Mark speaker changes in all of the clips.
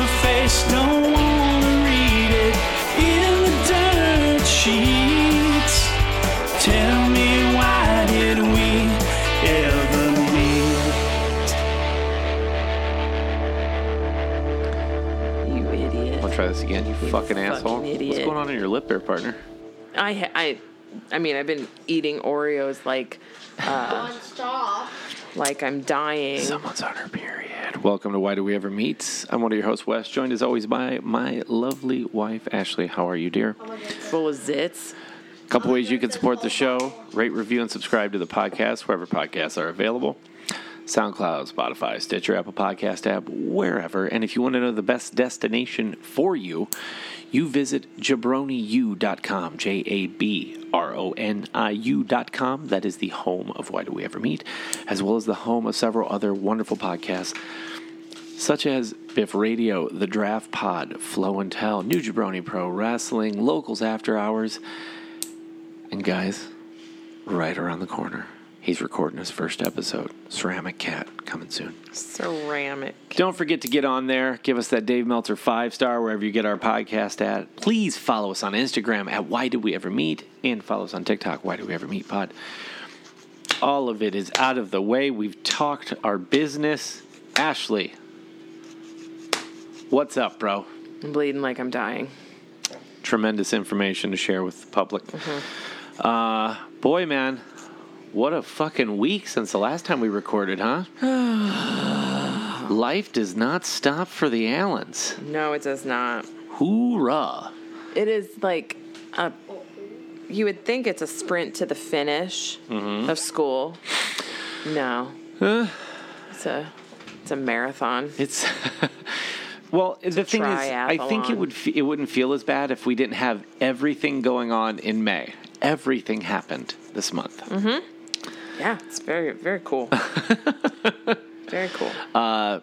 Speaker 1: just don't wanna read it in the dirt sheets. Tell me why did we ever meet?
Speaker 2: You idiot.
Speaker 3: I'll try this again. You fucking asshole. What's
Speaker 2: idiot.
Speaker 3: going on in your lip there, partner?
Speaker 2: I ha- I I mean I've been eating Oreos like
Speaker 4: Nonstop.
Speaker 2: like I'm dying.
Speaker 3: Someone's on her period. Welcome to Why Do We Ever Meet. I'm one of your hosts, Wes, joined as always by my lovely wife, Ashley. How are you, dear?
Speaker 2: Full of zits.
Speaker 3: couple ways you can support the show rate review and subscribe to the podcast wherever podcasts are available soundcloud spotify stitcher apple podcast app wherever and if you want to know the best destination for you you visit jabroniu.com j-a-b-r-o-n-i-u.com that is the home of why do we ever meet as well as the home of several other wonderful podcasts such as Biff Radio, The Draft Pod, Flow and Tell, New Jabroni Pro Wrestling, Locals After Hours, and guys, right around the corner, he's recording his first episode, Ceramic Cat, coming soon.
Speaker 2: Ceramic.
Speaker 3: Don't forget to get on there. Give us that Dave Meltzer five star wherever you get our podcast at. Please follow us on Instagram at Why Did We Ever Meet and follow us on TikTok, Why Did We Ever Meet Pod. All of it is out of the way. We've talked our business. Ashley, what's up, bro?
Speaker 2: I'm bleeding like I'm dying.
Speaker 3: tremendous information to share with the public. Uh, boy, man, what a fucking week since the last time we recorded, huh? Life does not stop for the Allens.
Speaker 2: No, it does not.
Speaker 3: Hoorah!
Speaker 2: It is like a you would think it's a sprint to the finish
Speaker 3: Mm-hmm.
Speaker 2: of school. No. It's a it's a marathon.
Speaker 3: It's well, the thing is, I think it
Speaker 2: triathlon.
Speaker 3: would f- it wouldn't feel as bad if we didn't have everything going on in May. Everything happened this month.
Speaker 2: Yeah, it's very very cool. very cool.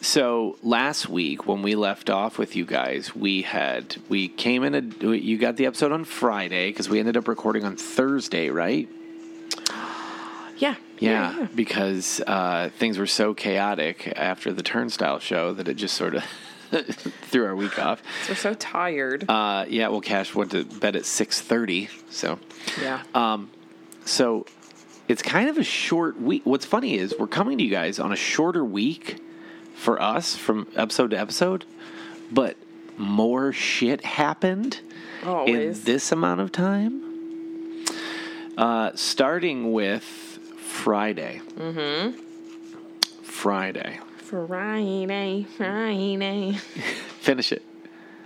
Speaker 3: So last week when we left off with you guys, we had we came in a you got the episode on Friday because we ended up recording on Thursday, right?
Speaker 2: yeah.
Speaker 3: Yeah, because uh, things were so chaotic after the Turnstile show that it just sort of threw our week off.
Speaker 2: We're so tired.
Speaker 3: Uh, yeah, well, Cash went to bed at six thirty, so
Speaker 2: yeah.
Speaker 3: uh, so it's kind of a short week. What's funny is we're coming to you guys on a shorter week for us from episode to episode, but more shit happened
Speaker 2: Always.
Speaker 3: in this amount of time. Uh, starting with Friday. Mm-hmm. Friday.
Speaker 2: Friday, Friday.
Speaker 3: Finish it.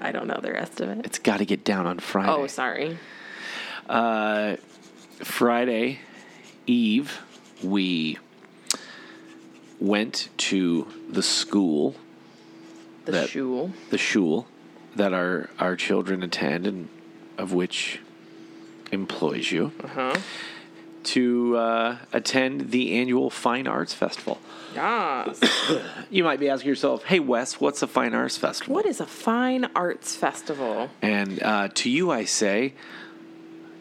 Speaker 2: I don't know the rest of it.
Speaker 3: It's got to get down on Friday.
Speaker 2: Oh, sorry.
Speaker 3: Friday Eve, we went to the school
Speaker 2: The
Speaker 3: That-
Speaker 2: shul.
Speaker 3: the shul that our our children attend and of which employs you to uh, attend the annual fine arts festival
Speaker 2: Yes.
Speaker 3: you might be asking yourself hey wes what's a fine arts festival
Speaker 2: what is a fine arts festival?
Speaker 3: and uh, to you i say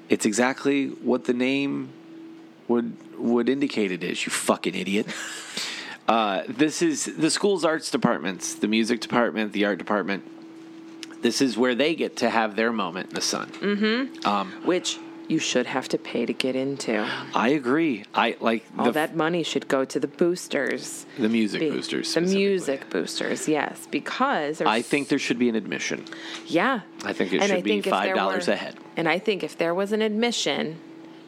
Speaker 3: it's exactly what the name would would indicate it is you fucking idiot uh, this is the school's arts departments the music department the art department this is where they get to have their moment in the sun
Speaker 2: Mm. Which you should have to pay to get into.
Speaker 3: I agree. I like
Speaker 2: All
Speaker 3: the,
Speaker 2: that money should go to the boosters.
Speaker 3: the music
Speaker 2: Be-
Speaker 3: boosters.
Speaker 2: The
Speaker 3: specifically.
Speaker 2: music boosters, yes. Because there's,
Speaker 3: I think there should be an admission.
Speaker 2: yeah.
Speaker 3: I think it
Speaker 2: And I
Speaker 3: should be
Speaker 2: think if there
Speaker 3: five dollars
Speaker 2: were-
Speaker 3: a head.
Speaker 2: And I think if there was an admission,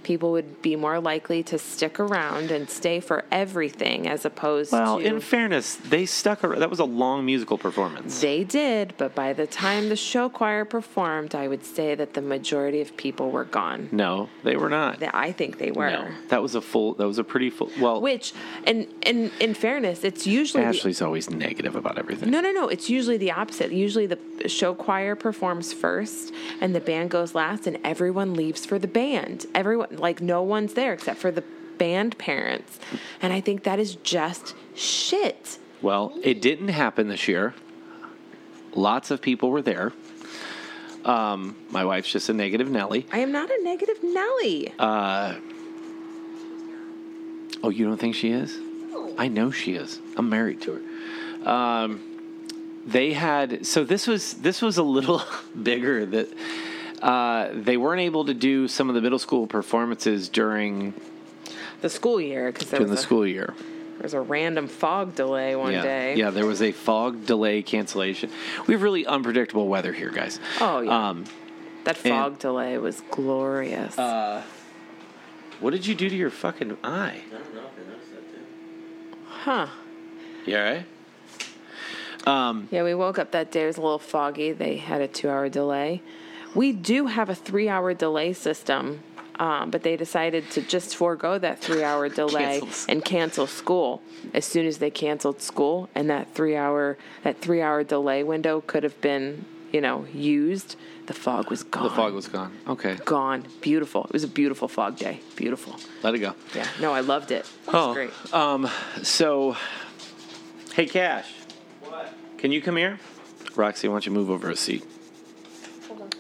Speaker 2: people would be more likely to stick around and stay for everything as opposed
Speaker 3: Well,
Speaker 2: to
Speaker 3: in fairness, they stuck around. That was a long musical performance.
Speaker 2: They did, but by the time the show choir performed, I would say that the majority of people were gone.
Speaker 3: No, they were not.
Speaker 2: That I think they were.
Speaker 3: No, that was a full. That was a pretty full. Well,
Speaker 2: Which, and and in fairness, it's usually the-
Speaker 3: Ashley's always negative about everything.
Speaker 2: no, no, no. It's usually the opposite. Usually, the show choir performs first, and the band goes last, and everyone leaves for the band. Everyone, like no one's there except for the band parents, and I think that is just shit.
Speaker 3: Well, it didn't happen this year. Lots of people were there. Um, my wife's just a negative Nelly.
Speaker 2: I am not a negative Nelly.
Speaker 3: Uh, Oh, you don't think she is? I know she is. I'm married to her. Um, they had so this was this was a little bigger that uh, they weren't able to do some of the middle school performances during
Speaker 2: The school year because there,
Speaker 3: during the
Speaker 2: was a-
Speaker 3: school year.
Speaker 2: there was a random fog delay one
Speaker 3: yeah.
Speaker 2: day.
Speaker 3: Yeah, there was a fog delay cancellation. We have really unpredictable weather here, guys.
Speaker 2: Oh, yeah.
Speaker 3: Um,
Speaker 2: That
Speaker 3: And- Uh,
Speaker 2: fog delay was glorious.
Speaker 3: what did you do to your fucking eye?
Speaker 2: huh.
Speaker 3: You all right?
Speaker 2: Yeah, we woke up that day. It was a little foggy. They had a two hour delay. We do have a three hour delay system, um, but they decided to just forego that three hour delay
Speaker 3: Cancel s-
Speaker 2: and cancel school as soon as they canceled school. And that three hour that three hour delay window could have been, you know, used. The fog was gone.
Speaker 3: The fog was gone. Okay,
Speaker 2: gone. Beautiful. It was a beautiful fog day. Beautiful.
Speaker 3: let it go.
Speaker 2: Yeah. No, I loved it. It was
Speaker 3: Oh,
Speaker 2: great.
Speaker 3: Um, so, hey, Cash. What? Can you come here? Roxy, why don't you move over a seat?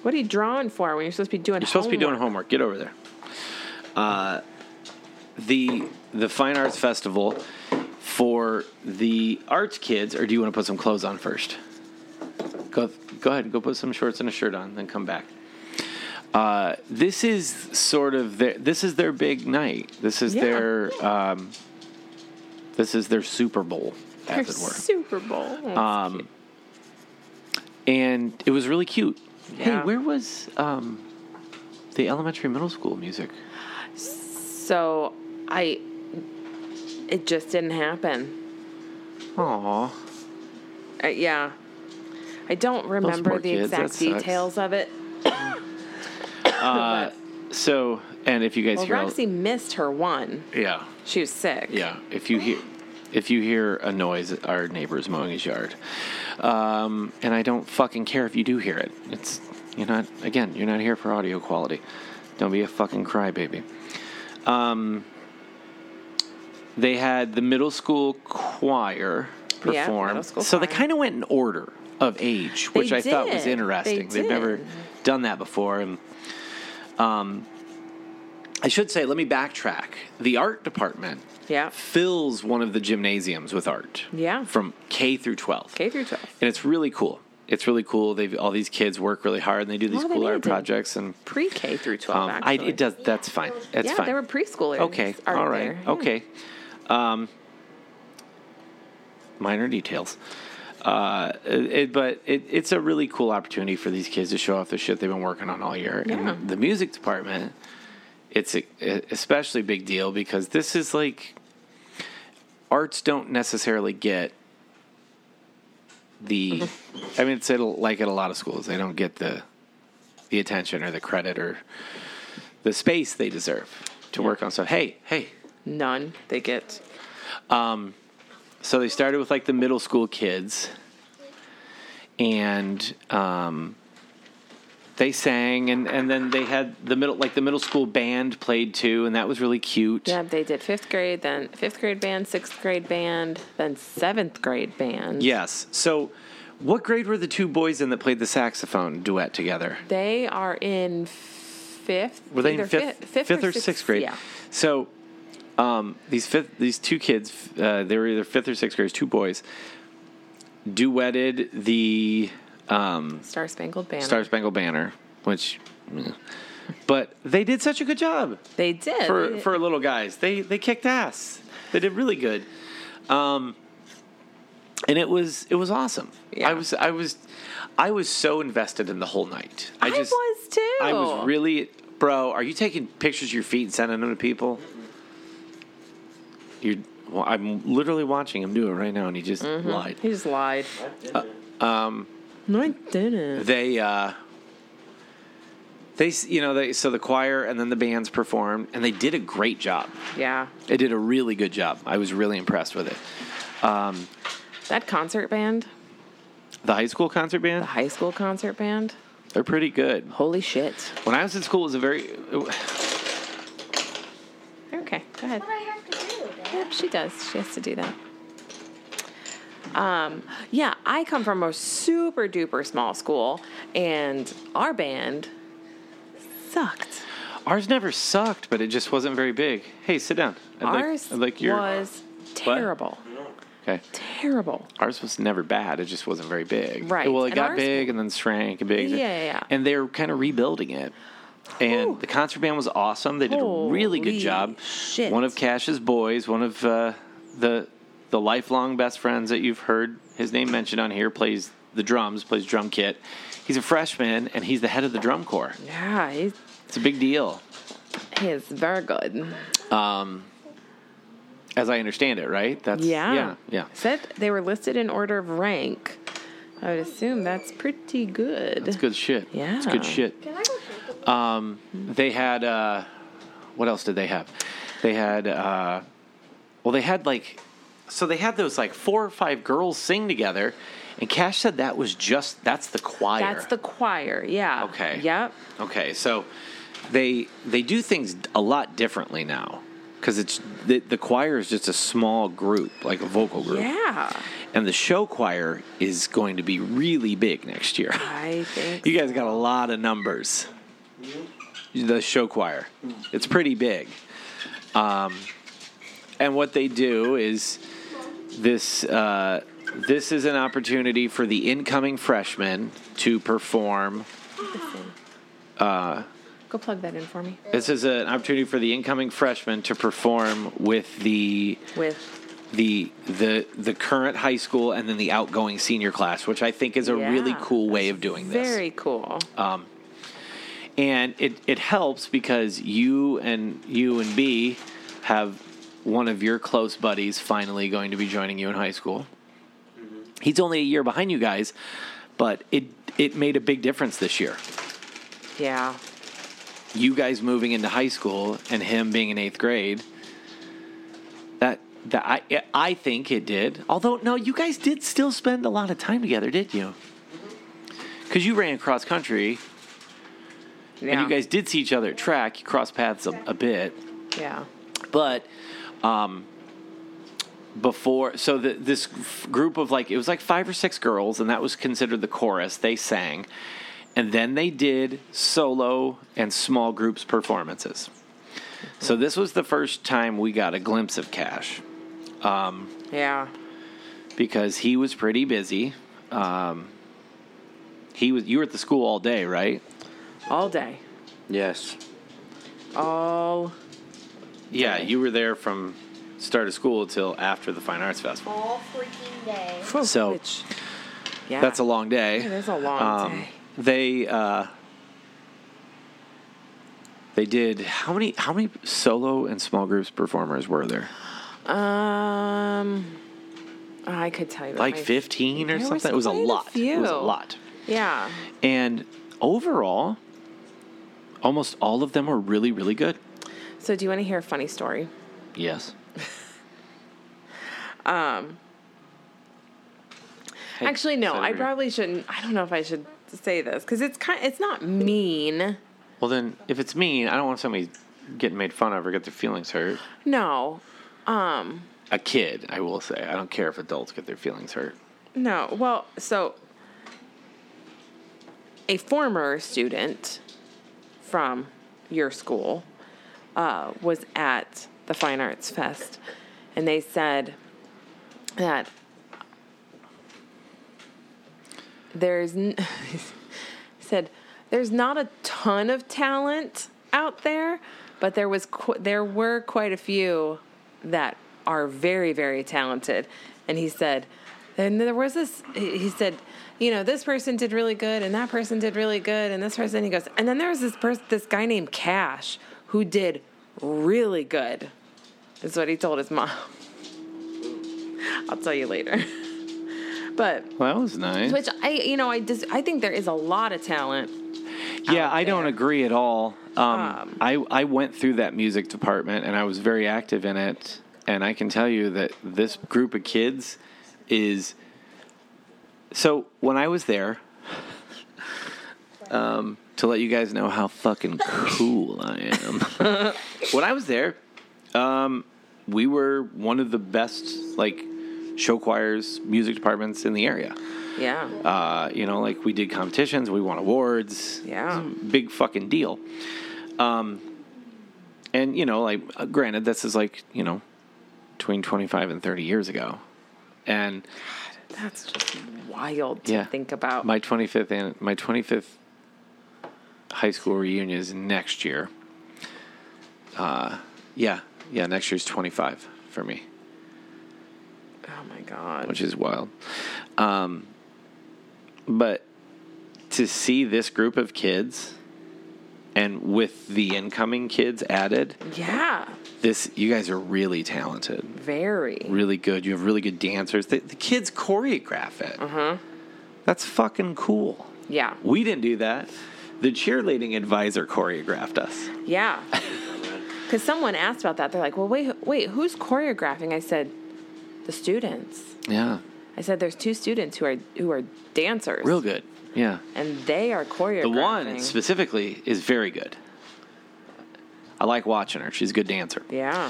Speaker 2: What are you drawing for when you're supposed to be doing
Speaker 3: You're supposed to be doing homework. Get over there. Uh, the the Fine Arts Festival for the arts kids, or do you want to put some clothes on first? Go go ahead. Go put some shorts and a shirt on, then come back. Uh, this is sort of their this is their big night. This is
Speaker 2: Yeah.
Speaker 3: their um, this is their Super Bowl, as it were.
Speaker 2: Super Bowl.
Speaker 3: Um, and it was really cute.
Speaker 2: Yeah.
Speaker 3: Hey, where was um, the elementary middle school music?
Speaker 2: So I, it just didn't happen.
Speaker 3: Aw,
Speaker 2: Uh, yeah, I don't remember
Speaker 3: poor
Speaker 2: the
Speaker 3: kids, that
Speaker 2: exact
Speaker 3: sucks.
Speaker 2: details of it.
Speaker 3: Uh, so, and if you guys
Speaker 2: Well,
Speaker 3: hear, all-
Speaker 2: Roxy missed her one.
Speaker 3: yeah,
Speaker 2: She was sick.
Speaker 3: yeah. If you hear, if you hear a noise, our neighbor's mowing his yard, um, and I don't fucking care if you do hear it. It's you're not again. You're not here for audio quality. Don't be a fucking crybaby. Um, they had the middle school choir perform.
Speaker 2: Yeah, middle school
Speaker 3: so they
Speaker 2: choir.
Speaker 3: kind of went in order of age, which I thought was
Speaker 2: did. They
Speaker 3: interesting. They've
Speaker 2: did.
Speaker 3: never done that before, and um, I should say, let me backtrack. The art department
Speaker 2: Yeah.
Speaker 3: fills one of the gymnasiums with art.
Speaker 2: Yeah.
Speaker 3: From K through 12.
Speaker 2: K through twelve.
Speaker 3: And it's really cool. It's really cool. They've all these kids work really hard and they do these
Speaker 2: Well, Oh, they
Speaker 3: cool art
Speaker 2: needed to-
Speaker 3: projects and
Speaker 2: Pre K through twelve.
Speaker 3: um, I,
Speaker 2: actually.
Speaker 3: it does that's fine. That's
Speaker 2: yeah,
Speaker 3: fine.
Speaker 2: they were preschoolers.
Speaker 3: okay.
Speaker 2: Art
Speaker 3: all right.
Speaker 2: there, yeah.
Speaker 3: Okay. Um, minor details. Uh, it, but it, it's a really cool opportunity for these kids to show off the shit they've been working on all year.
Speaker 2: Yeah.
Speaker 3: And the music department, it's a, a especially big deal because this is like arts don't necessarily get the. I mean, it's at, a- like at a lot of schools, they don't get the the attention or the credit or the space they deserve to work on. So hey, hey,
Speaker 2: None. They get.
Speaker 3: so they started with like the middle school kids and um, they sang and, and then they had the middle like the middle school band played too and that was really cute
Speaker 2: Yeah, they did fifth grade, then fifth grade band, sixth grade band, then seventh grade band.
Speaker 3: yes so what grade were the two boys in that played the saxophone duet together
Speaker 2: They are in fifth.
Speaker 3: were they in
Speaker 2: either
Speaker 3: fifth,
Speaker 2: fi-
Speaker 3: fifth, or, sixth, grade
Speaker 2: Yeah.
Speaker 3: so um, these fifth these two kids uh, they were either fifth or sixth graders two boys duetted the
Speaker 2: Star Spangled Banner.
Speaker 3: Star Spangled Banner, which, eh. but they did such a good job
Speaker 2: They did.
Speaker 3: for for little guys. They they kicked ass. They did really good, um, and it was it was awesome.
Speaker 2: Yeah.
Speaker 3: I was I was I was so invested in the whole night. I
Speaker 2: I,
Speaker 3: just
Speaker 2: was too.
Speaker 3: I was really bro. Are you taking pictures of your feet and sending them to people?
Speaker 2: Mm-hmm.
Speaker 3: You're. Well, I'm literally watching him do it right now, and he just
Speaker 2: Mm-hmm.
Speaker 3: lied.
Speaker 2: He just lied.
Speaker 3: uh,
Speaker 2: um. No, I didn't.
Speaker 3: they uh they s- you know they so the choir and then the bands performed and they did a great job
Speaker 2: Yeah,
Speaker 3: they did a really good job i was really impressed with it
Speaker 2: that concert band,
Speaker 3: the high school concert
Speaker 2: the
Speaker 3: band
Speaker 2: high school concert band.
Speaker 3: they're pretty good
Speaker 2: Holy shit.
Speaker 3: when i was in school it was a very
Speaker 2: Okay, go ahead.
Speaker 4: What I have to do, Dad?
Speaker 2: Yep, she does. She has to do that. Um, yeah, I come from a super duper small school, and our band sucked.
Speaker 3: ours never sucked but it just wasn't very big hey sit down I'd like-
Speaker 2: Ours
Speaker 3: I'd like your-
Speaker 2: was terrible.
Speaker 3: Okay.
Speaker 2: Terrible.
Speaker 3: Ours was never bad. It just wasn't very big.
Speaker 2: Right.
Speaker 3: Well, it
Speaker 2: And
Speaker 3: got
Speaker 2: ours-
Speaker 3: big and then shrank and big.
Speaker 2: Yeah, yeah, yeah.
Speaker 3: And they're kind of rebuilding it. And the concert band was awesome. They did a really good
Speaker 2: Holy
Speaker 3: job.
Speaker 2: shit.
Speaker 3: One of Cash's boys, one of uh, the the lifelong best friends that you've heard his name mentioned on here, plays the drums, plays drum kit. He's a freshman and he's the head of the drum corps.
Speaker 2: Yeah, he's,
Speaker 3: It's a big deal,
Speaker 2: he's very good.
Speaker 3: as I understand it. Right? That's
Speaker 2: Yeah.
Speaker 3: yeah, yeah.
Speaker 2: Said they were listed in order of rank. I would assume that's pretty good.
Speaker 3: It's good shit.
Speaker 2: Yeah.
Speaker 3: It's good shit. Um,
Speaker 4: Can I go drink it?
Speaker 3: They had uh, what else did they have? They had uh, well, they had like so they had those like four or five girls sing together, and Cash said that was just that's the choir.
Speaker 2: That's the choir. Yeah.
Speaker 3: Okay.
Speaker 2: Yep.
Speaker 3: okay. So they they do things a lot differently now because it's the, the choir is just a small group like a vocal group,
Speaker 2: Yeah.
Speaker 3: and the show choir is going to be really big next year.
Speaker 2: I think.
Speaker 3: You guys got a lot of numbers.
Speaker 2: Mm-hmm.
Speaker 3: The show choir.
Speaker 2: Mm.
Speaker 3: It's pretty big. Um, and what they do is this uh, this is an opportunity for the incoming freshmen to perform.
Speaker 2: Go plug that in for me.
Speaker 3: This is an opportunity for the incoming freshmen to perform with the
Speaker 2: With
Speaker 3: the the the current high school and then the outgoing senior class, which I think is a really
Speaker 2: Yeah.
Speaker 3: cool way of doing this. Uh,
Speaker 2: very cool.
Speaker 3: and it, it helps because you and you and B have one of your close buddies finally going to be joining you in high school. He's only a year behind you guys, but it it made a big difference this year.
Speaker 2: yeah.
Speaker 3: You guys moving into high school and him being in eighth grade. That that I I think it did. Although no, you guys did still spend a lot of time together, did you? Because you ran cross country
Speaker 2: Yeah.
Speaker 3: and you guys did see each other at track. You crossed paths a, a bit.
Speaker 2: Yeah.
Speaker 3: but um before so the, this f- group of like it was like five or six girls and that was considered the chorus they sang and then they did solo and small groups performances so this was the first time we got a glimpse of cash
Speaker 2: Yeah.
Speaker 3: because he was pretty busy um he was you were at the school all day right
Speaker 2: All day.
Speaker 5: Yes.
Speaker 2: All.
Speaker 3: yeah you were there from start of school till after the fine arts festival
Speaker 4: All freaking day.
Speaker 3: So-
Speaker 2: Bitch. yeah.
Speaker 3: that's a long day
Speaker 2: It is a long
Speaker 3: Um,
Speaker 2: day.
Speaker 3: they uh, they did how many how many solo and small groups performers were there?
Speaker 2: Um, I could tell you. about
Speaker 3: Like
Speaker 2: my-
Speaker 3: fifteen or
Speaker 2: There was
Speaker 3: something. It was a
Speaker 2: quite a
Speaker 3: lot. It was a
Speaker 2: few.
Speaker 3: lot.
Speaker 2: Yeah.
Speaker 3: And overall, almost all of them were really really good.
Speaker 2: So, do you want to hear a funny story?
Speaker 3: Yes. Hey,
Speaker 2: Um, Actually, no.
Speaker 3: say
Speaker 2: I
Speaker 3: it over here.
Speaker 2: probably shouldn't. I don't know if I should say this because it's kind. It's not mean.
Speaker 3: Well, then if it's mean, I don't want somebody getting made fun of or get their feelings hurt.
Speaker 2: No.
Speaker 3: A kid, I will say. I don't care if adults get their feelings hurt.
Speaker 2: No. Well, so a former student from your school uh, was at the Fine Arts Fest, and they said that there's n- said there's not a ton of talent out there, but there was qu- there were quite a few that are very very talented. And he said, and there was this. He he said, you know, this person did really good, and that person did really good, and this person. He goes, and then there was this person, this guy named Cash, who did really good. Is what he told his mom. I'll tell you later. but
Speaker 3: Well, that was nice.
Speaker 2: which I, you know, I just I think there is a lot of talent.
Speaker 3: yeah,
Speaker 2: out
Speaker 3: I don't
Speaker 2: there.
Speaker 3: agree at all. Um, I I went through that music department and I was very active in it, and I can tell you that this group of kids is. So when I was there, um, to let you guys know how fucking cool I am, when I was there, um, we were one of the best like show choirs, music departments in the area.
Speaker 2: Yeah,
Speaker 3: Uh, you know, like we did competitions, we won awards.
Speaker 2: Yeah.
Speaker 3: It was a big fucking deal. Um, and you know, like uh, granted, this is like you know, between twenty five and thirty years ago. and
Speaker 2: That's just wild to
Speaker 3: yeah,
Speaker 2: think about.
Speaker 3: my 25th and my 25th high school reunion is next year. Uh, yeah, yeah, next year's 25 for me.
Speaker 2: oh my god.
Speaker 3: which is wild. Um, but to see this group of kids and with the incoming kids added,
Speaker 2: yeah.
Speaker 3: this you guys are really talented,
Speaker 2: Very.
Speaker 3: really good. You have really good dancers. The, the kids choreograph it. That's fucking cool.
Speaker 2: Yeah.
Speaker 3: We didn't do that. The cheerleading advisor choreographed us.
Speaker 2: Yeah. Because someone asked about that. They're like, well, wait, wait, who's choreographing? I said, the students.
Speaker 3: Yeah,
Speaker 2: I said, there's two students who are who are dancers.
Speaker 3: real good. Yeah.
Speaker 2: And they are choreographing.
Speaker 3: The one specifically is very good. I like watching her. She's a good dancer.
Speaker 2: yeah.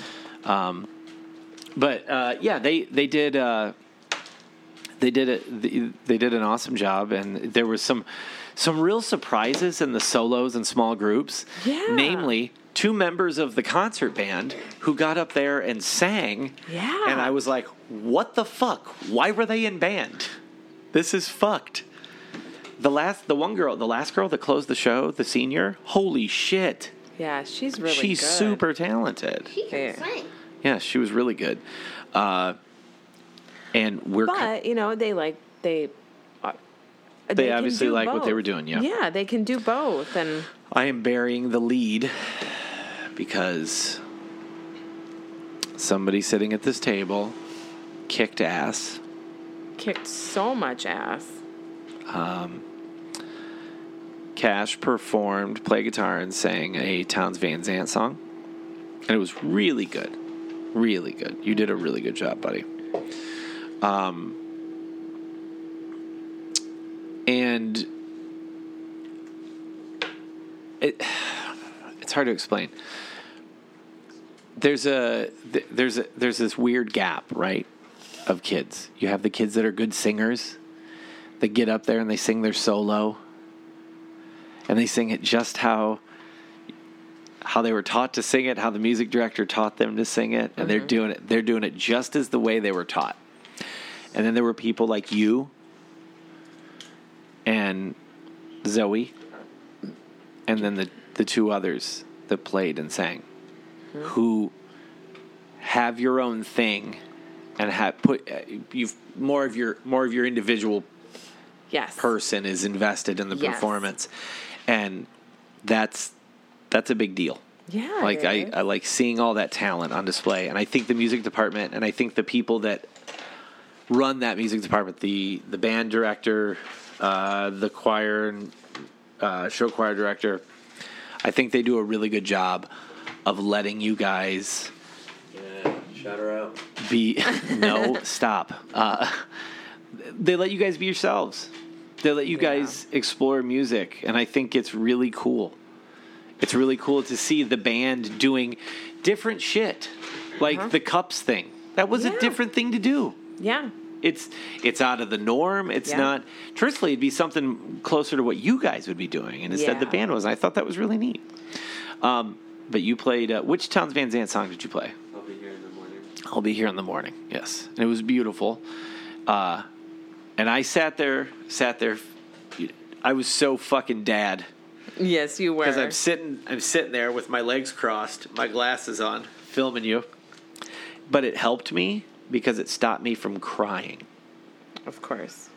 Speaker 3: But uh, yeah, they they did uh, they did it. They did an awesome job, and there was some some real surprises in the solos and small groups.
Speaker 2: Yeah.
Speaker 3: Namely, two members of the concert band who got up there and sang.
Speaker 2: Yeah.
Speaker 3: And I was like, "What the fuck? Why were they in band? This is fucked." The last, the one girl, the last girl that closed the show, the senior. Holy shit!
Speaker 2: Yeah. She's really
Speaker 3: She's
Speaker 2: good.
Speaker 3: super talented.
Speaker 4: She can
Speaker 2: Yeah.
Speaker 4: sing.
Speaker 3: Yeah, she was really good. Uh, and we're
Speaker 2: But, you know, they like, they. uh,
Speaker 3: they
Speaker 2: can
Speaker 3: obviously
Speaker 2: do
Speaker 3: like what they
Speaker 2: both.
Speaker 3: were doing. Yeah.
Speaker 2: Yeah. They can do both. And
Speaker 3: I am burying the lead because somebody sitting at this table kicked ass.
Speaker 2: kicked so much ass.
Speaker 3: Cash performed, played guitar, and sang a Towns Van Zant song, and it was really good, really good. You did a really good job, buddy. Um, and it it's hard to explain. There's a th- there's a, there's this weird gap, right? Of kids, you have the kids that are good singers. They get up there and they sing their solo and they sing it just how how they were taught to sing it, how the music director taught them to sing it, and they're doing it they're doing it just as the way they were taught. And then there were people like you and Zoe and then the the two others that played and sang who have your own thing and have put uh, you've more of your more of your individual
Speaker 2: Yes.
Speaker 3: person is invested in the
Speaker 2: Yes.
Speaker 3: performance and that's that's a big deal
Speaker 2: Yeah.
Speaker 3: like
Speaker 2: it
Speaker 3: I, uh,
Speaker 2: is.
Speaker 3: I like seeing all that talent on display and i think the music department and i think the people that run that music department the the band director uh, the choir and uh, show choir director i think they do a really good job of letting you guys
Speaker 6: Shout her out.
Speaker 3: be no stop uh, they let you guys be yourselves they let you guys explore music and i think it's really cool it's really cool to see the band doing different shit like the cups thing that was
Speaker 2: Uh-huh. Yeah.
Speaker 3: a different thing to do
Speaker 2: Yeah.
Speaker 3: it's it's out of the norm it's
Speaker 2: Yeah.
Speaker 3: not truthfully it'd be something closer to what you guys would be doing and instead the
Speaker 2: Yeah.
Speaker 3: band was and i thought that was really neat um, but you played uh, which towns van zandt song did you play
Speaker 6: I'll be here in the morning.
Speaker 3: I'll be here in the morning. Yes, and it was beautiful. Uh, and I sat there, sat there. I was so fucking dad
Speaker 2: Yes, you were.
Speaker 3: because I'm sitting, I'm sitting there with my legs crossed, my glasses on, filming you. But it helped me because it stopped me from crying.
Speaker 2: of course.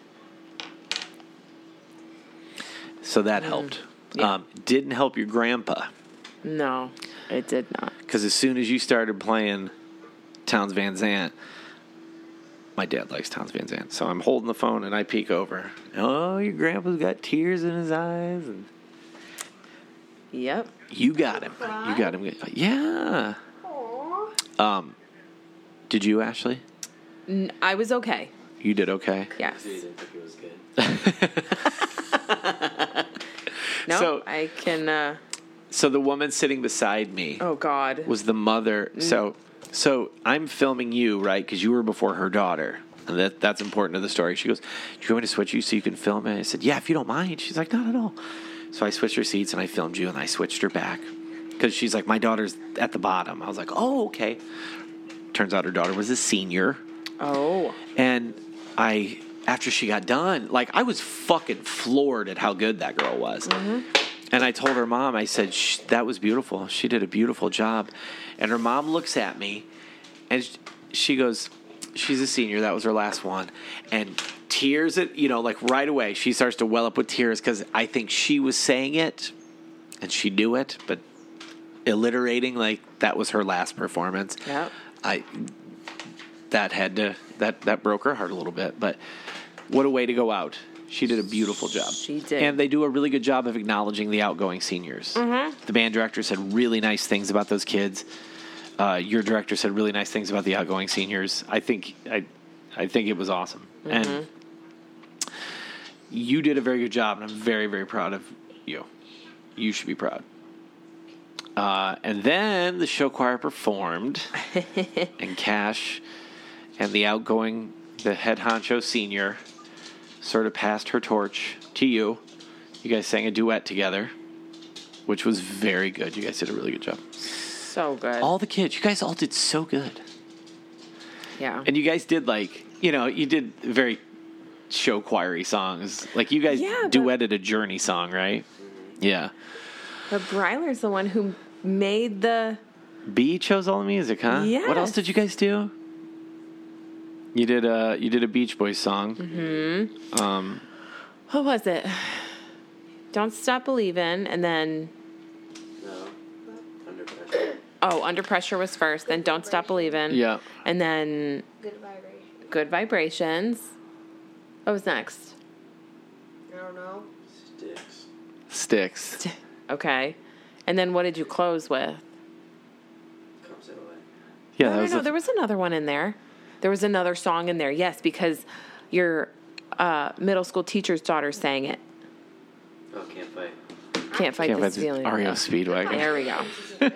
Speaker 3: So that helped.
Speaker 2: yeah.
Speaker 3: Um, didn't help your grandpa
Speaker 2: No, it did not.
Speaker 3: because as soon as you started playing Towns Van Zant, my dad likes Towns Van Zant, so I'm holding the phone and I peek over. Oh, your grandpa's got tears in his eyes, and
Speaker 2: Yep.
Speaker 3: you got him. You got him. Yeah.
Speaker 4: Aw.
Speaker 3: Um, did you, Ashley?
Speaker 2: N- I was okay.
Speaker 3: You did okay.
Speaker 2: Yes.
Speaker 6: So you didn't think it was good.
Speaker 2: No,
Speaker 3: So-
Speaker 2: I can. Uh,
Speaker 3: So the woman sitting beside me
Speaker 2: oh God.
Speaker 3: was the mother. So, so I'm filming you, right? Because you were before her daughter. And that, that's important to the story. She goes, Do you want me to switch you so you can film it? I said, Yeah, if you don't mind. She's like, Not at all. So I switched her seats and I filmed you and I switched her back. Because she's like, My daughter's at the bottom. I was like, Oh, okay. Turns out her daughter was a senior.
Speaker 2: Oh.
Speaker 3: And I, after she got done, like I was fucking floored at how good that girl was. And I told her mom, I said, "Sh- that was beautiful. She did a beautiful job. And her mom looks at me and sh- she goes, she's a senior. That was her last one. And tears, at, you know, like right away, she starts to well up with tears because I think she was saying it and she knew it, but alliterating like that was her last performance.
Speaker 2: Yep.
Speaker 3: I that had to that that broke her heart a little bit, but what a way to go out. She did a beautiful job.
Speaker 2: She did.
Speaker 3: And they do a really good job of acknowledging the outgoing seniors.
Speaker 2: Mm-hmm.
Speaker 3: The band director said really nice things about those kids. Uh, your director said really nice things about the outgoing seniors. I think I I think it was awesome.
Speaker 2: Mm-hmm.
Speaker 3: And you did a very good job and I'm very very proud of you. You should be proud. Uh, and then the show choir performed, and Cash and the outgoing, the head honcho senior, sort of passed her torch to you. You guys sang a duet together, which was very good. You guys did a really good job.
Speaker 2: So good.
Speaker 3: All the kids, you guys all did so good.
Speaker 2: yeah.
Speaker 3: And you guys did like, you know, you did very show choiry songs. Like you guys
Speaker 2: Yeah, but-
Speaker 3: duetted a Journey song, right? Yeah.
Speaker 2: but Bryler's the one who made the.
Speaker 3: B chose all the music, huh? What else
Speaker 2: Yes.
Speaker 3: did you guys do? You did a you did a Beach Boys song.
Speaker 2: What was it? Don't Stop Believin', and then.
Speaker 7: No. Under pressure.
Speaker 2: Oh, Under Pressure was first, then Don't Stop Believin'.
Speaker 3: Yeah.
Speaker 2: And then
Speaker 4: Good vibration.
Speaker 2: Good Vibrations. What was next?
Speaker 4: I don't know.
Speaker 7: Sticks.
Speaker 3: Sticks.
Speaker 2: Okay. And then what did you close with?
Speaker 7: Comes that way.
Speaker 3: Yeah,
Speaker 2: No,
Speaker 3: that
Speaker 2: no,
Speaker 3: was
Speaker 2: no.
Speaker 3: the-
Speaker 2: There was another one in there. There was another song in there. Yes, because your uh, middle school teacher's daughter sang it.
Speaker 7: Oh, can't fight.
Speaker 2: Can't fight
Speaker 3: yeah, but
Speaker 2: this
Speaker 3: the E
Speaker 2: feeling.
Speaker 3: REO Speedwagon.
Speaker 2: There we go.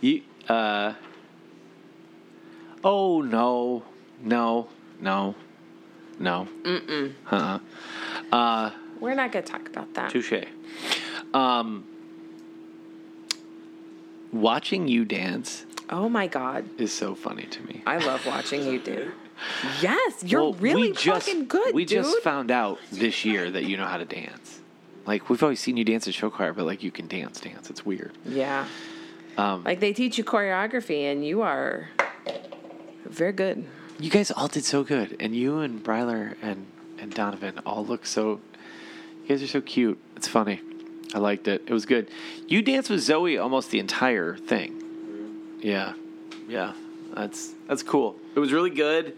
Speaker 3: You, uh, oh no, no, no, no. Mm mm. Uh. Uh.
Speaker 2: We're not going to talk about that.
Speaker 3: Touche. Um. Watching you dance
Speaker 2: Oh my God.
Speaker 3: is so funny to me.
Speaker 2: I love watching you do. Yes, you're
Speaker 3: Well,
Speaker 2: really fucking good,
Speaker 3: We
Speaker 2: dude.
Speaker 3: just found out this year that you know how to dance. Like we've always seen you dance at show choir, but like you can dance, dance. It's weird.
Speaker 2: yeah.
Speaker 3: Um,
Speaker 2: like they teach you choreography and you are very good.
Speaker 3: You guys all did so good, and you and Bryler and and Donovan all look so. You guys are so cute. It's funny. I liked it. It was good. You danced with Zoe almost the entire thing. Yeah, yeah. That's that's cool. It was really good.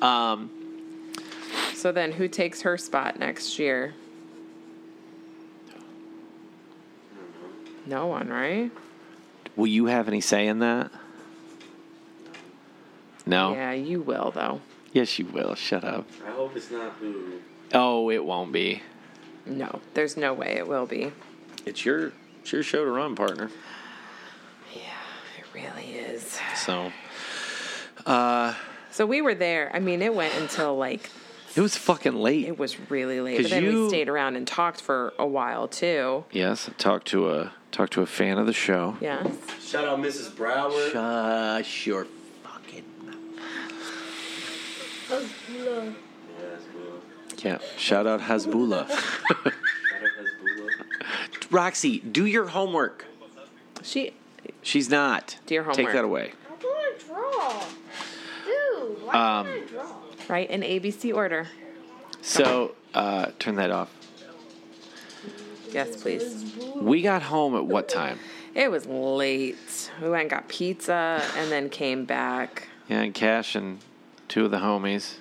Speaker 3: Um,
Speaker 2: So then who takes her spot next year? No one, right?
Speaker 3: will you have any say in that? No.
Speaker 2: Yeah, you will though.
Speaker 3: Yes, you will. Shut up.
Speaker 7: I hope it's not who.
Speaker 3: Oh, it won't be.
Speaker 2: No, there's no way it will be.
Speaker 3: It's your it's your show to run, partner.
Speaker 2: It really is.
Speaker 3: So
Speaker 2: So we were there. I mean, it went until like
Speaker 3: it was fucking late.
Speaker 2: it was really late.
Speaker 3: 'Cause
Speaker 2: But then
Speaker 3: you-
Speaker 2: we stayed around and talked for a while too.
Speaker 3: Yes, talk to a talk to a fan of the show.
Speaker 2: Yes.
Speaker 7: Shout out Mrs. Brower.
Speaker 3: Shush your fucking.
Speaker 4: Look.
Speaker 7: yeah, that's cool.
Speaker 3: Yeah. Shout out Hasbullah.
Speaker 7: Shout out Hezbollah.
Speaker 3: Roxy, do your homework.
Speaker 2: She
Speaker 3: She's not.
Speaker 2: Do your
Speaker 3: Take
Speaker 2: homework.
Speaker 3: that away.
Speaker 4: I want to draw. Dude, why can't I draw?
Speaker 2: right in ABC order.
Speaker 3: So uh, turn that off.
Speaker 2: Yes, please.
Speaker 3: We got home at what time?
Speaker 2: It was late. We went and got pizza and then came back.
Speaker 3: Yeah, and Cash and two of the homies.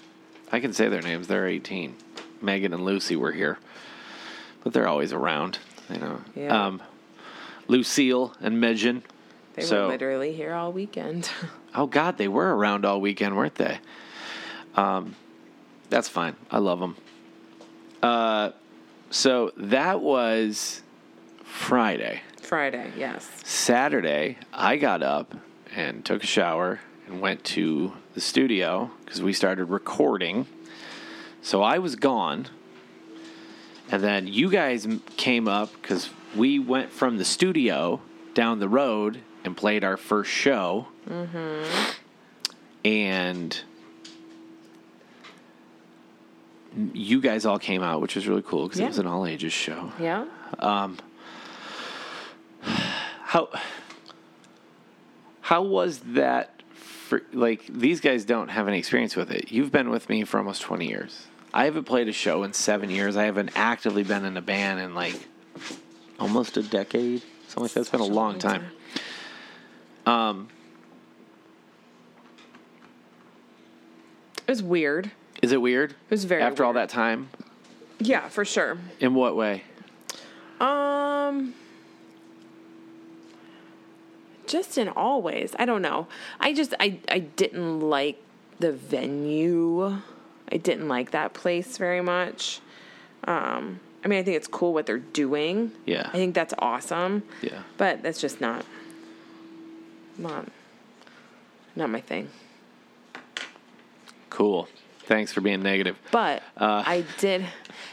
Speaker 3: I can say their names. They're 18. Megan and Lucy were here, but they're always around. You know,
Speaker 2: Yeah.
Speaker 3: um, Lucille and Megan.
Speaker 2: They
Speaker 3: So-
Speaker 2: were literally here all weekend.
Speaker 3: Oh God, they were around all weekend, weren't they? Um, that's fine. I love them. Uh, so that was Friday.
Speaker 2: Friday, yes.
Speaker 3: Saturday, I got up and took a shower and went to the studio because we started recording. So I was gone. And then you guys m- came up because we went from the studio down the road and played our first show. And you guys all came out, which was really cool because
Speaker 2: Yeah.
Speaker 3: it was an all ages show.
Speaker 2: Yeah.
Speaker 3: How how was that? For, like these guys don't have any experience with it. You've been with me for almost twenty years. I haven't played a show in seven years. I haven't actively been in a band in like almost a decade. Something like that. It's been a
Speaker 2: Such a
Speaker 3: long
Speaker 2: long
Speaker 3: time. Um,
Speaker 2: time. It was weird.
Speaker 3: is it weird? It
Speaker 2: was very
Speaker 3: after all
Speaker 2: weird.
Speaker 3: that time.
Speaker 2: Yeah, for sure.
Speaker 3: In what way?
Speaker 2: Um, just in all ways. I don't know. I just I I didn't like the venue. I didn't like that place very much. Um, I mean, I think it's cool what they're doing.
Speaker 3: Yeah.
Speaker 2: I think that's awesome.
Speaker 3: Yeah.
Speaker 2: But that's just not, not, not my thing.
Speaker 3: Cool. Thanks for being negative.
Speaker 2: But
Speaker 3: Uh.
Speaker 2: I did.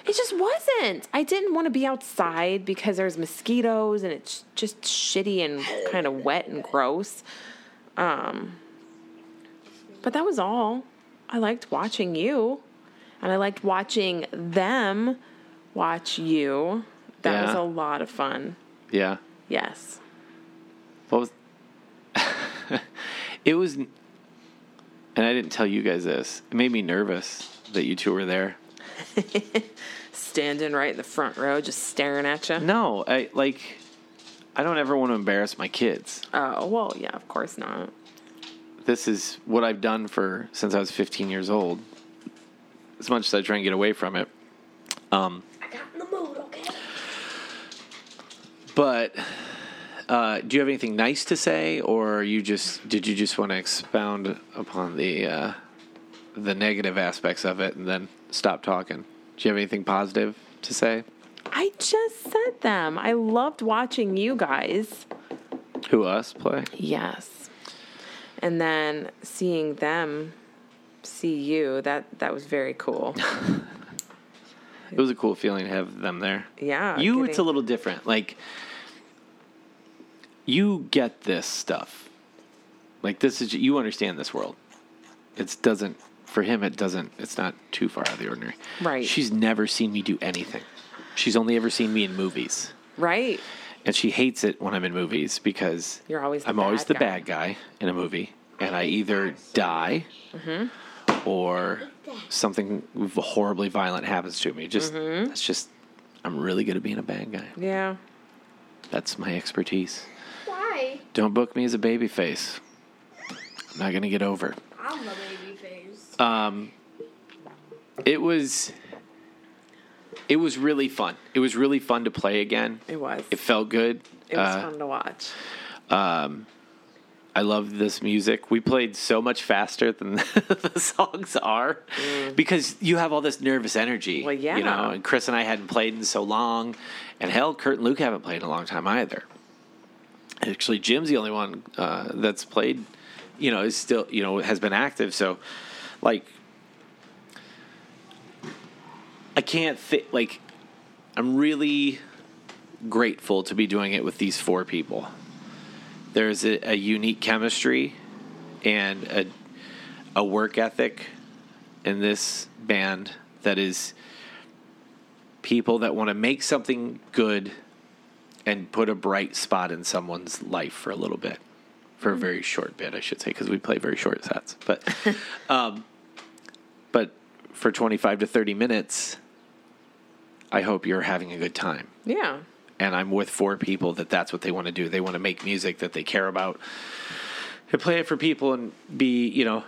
Speaker 2: It just wasn't. I didn't want to be outside because there's mosquitoes and it's just shitty and kind of wet and gross. Um, but that was all. I liked watching you, and I liked watching them watch you. That was
Speaker 3: Yeah.
Speaker 2: a lot of fun.
Speaker 3: Yeah.
Speaker 2: Yes.
Speaker 3: What was? it was, and I didn't tell you guys this. It made me nervous that you two were there.
Speaker 2: Standing right in the front row, just staring at you.
Speaker 3: No, I like. I don't ever want to embarrass my kids.
Speaker 2: Oh, well, yeah, of course not.
Speaker 3: This is what I've done for since I was 15 years old. As much as I try and get away from it,
Speaker 4: I got in the mood, okay?
Speaker 3: but uh, do you have anything nice to say, or you just did you just want to expound upon the uh, the negative aspects of it and then stop talking? Do you have anything positive to say?
Speaker 2: I just said them. I loved watching you guys.
Speaker 3: Who us play?
Speaker 2: Yes. And then seeing them see you, that that was very cool.
Speaker 3: It was a cool feeling to have them there.
Speaker 2: Yeah.
Speaker 3: you,
Speaker 2: getting-
Speaker 3: it's a little different. Like, you get this stuff. Like this is you understand this world. It doesn't for him. It doesn't. It's not too far out of the ordinary.
Speaker 2: Right.
Speaker 3: She's never seen me do anything. She's only ever seen me in movies,
Speaker 2: right.
Speaker 3: and she hates it when I'm in movies because
Speaker 2: You're always the
Speaker 3: I'm always
Speaker 2: bad
Speaker 3: the
Speaker 2: guy.
Speaker 3: bad guy in a movie, and I either die
Speaker 2: Mm-hmm.
Speaker 3: or something horribly violent happens to me. Just that's just I'm really good at being a bad guy.
Speaker 2: Mm-hmm. Yeah.
Speaker 3: That's my expertise.
Speaker 4: Why?
Speaker 3: Don't book me as a baby face. I'm not gonna get over. it. Um,
Speaker 4: I'm the baby face.
Speaker 3: It was it was really fun. It was really fun to play again.
Speaker 2: It was.
Speaker 3: It felt good.
Speaker 2: it was
Speaker 3: Uh,
Speaker 2: fun to watch.
Speaker 3: I love this music. We played so much faster than the songs are because you have all this nervous energy.
Speaker 2: Mm. Well, yeah.
Speaker 3: You know, and Chris and I hadn't played in so long. And hell, Kurt and Luke haven't played in a long time either. Actually, Jim's the only one uh, that's played, you know, is still, you know, has been active. So, like, I can't think, like, I'm really grateful to be doing it with these four people there's a, a unique chemistry and a, a work ethic in this band that is people that want to make something good and put a bright spot in someone's life for a little bit for a very short bit i should say because we play very short sets but um, but for 25 to 30 minutes i hope you're having a good time
Speaker 2: Yeah.
Speaker 3: and I'm with four people that that's what they want to do. They want to make music that they care about and play it for people and be, you know,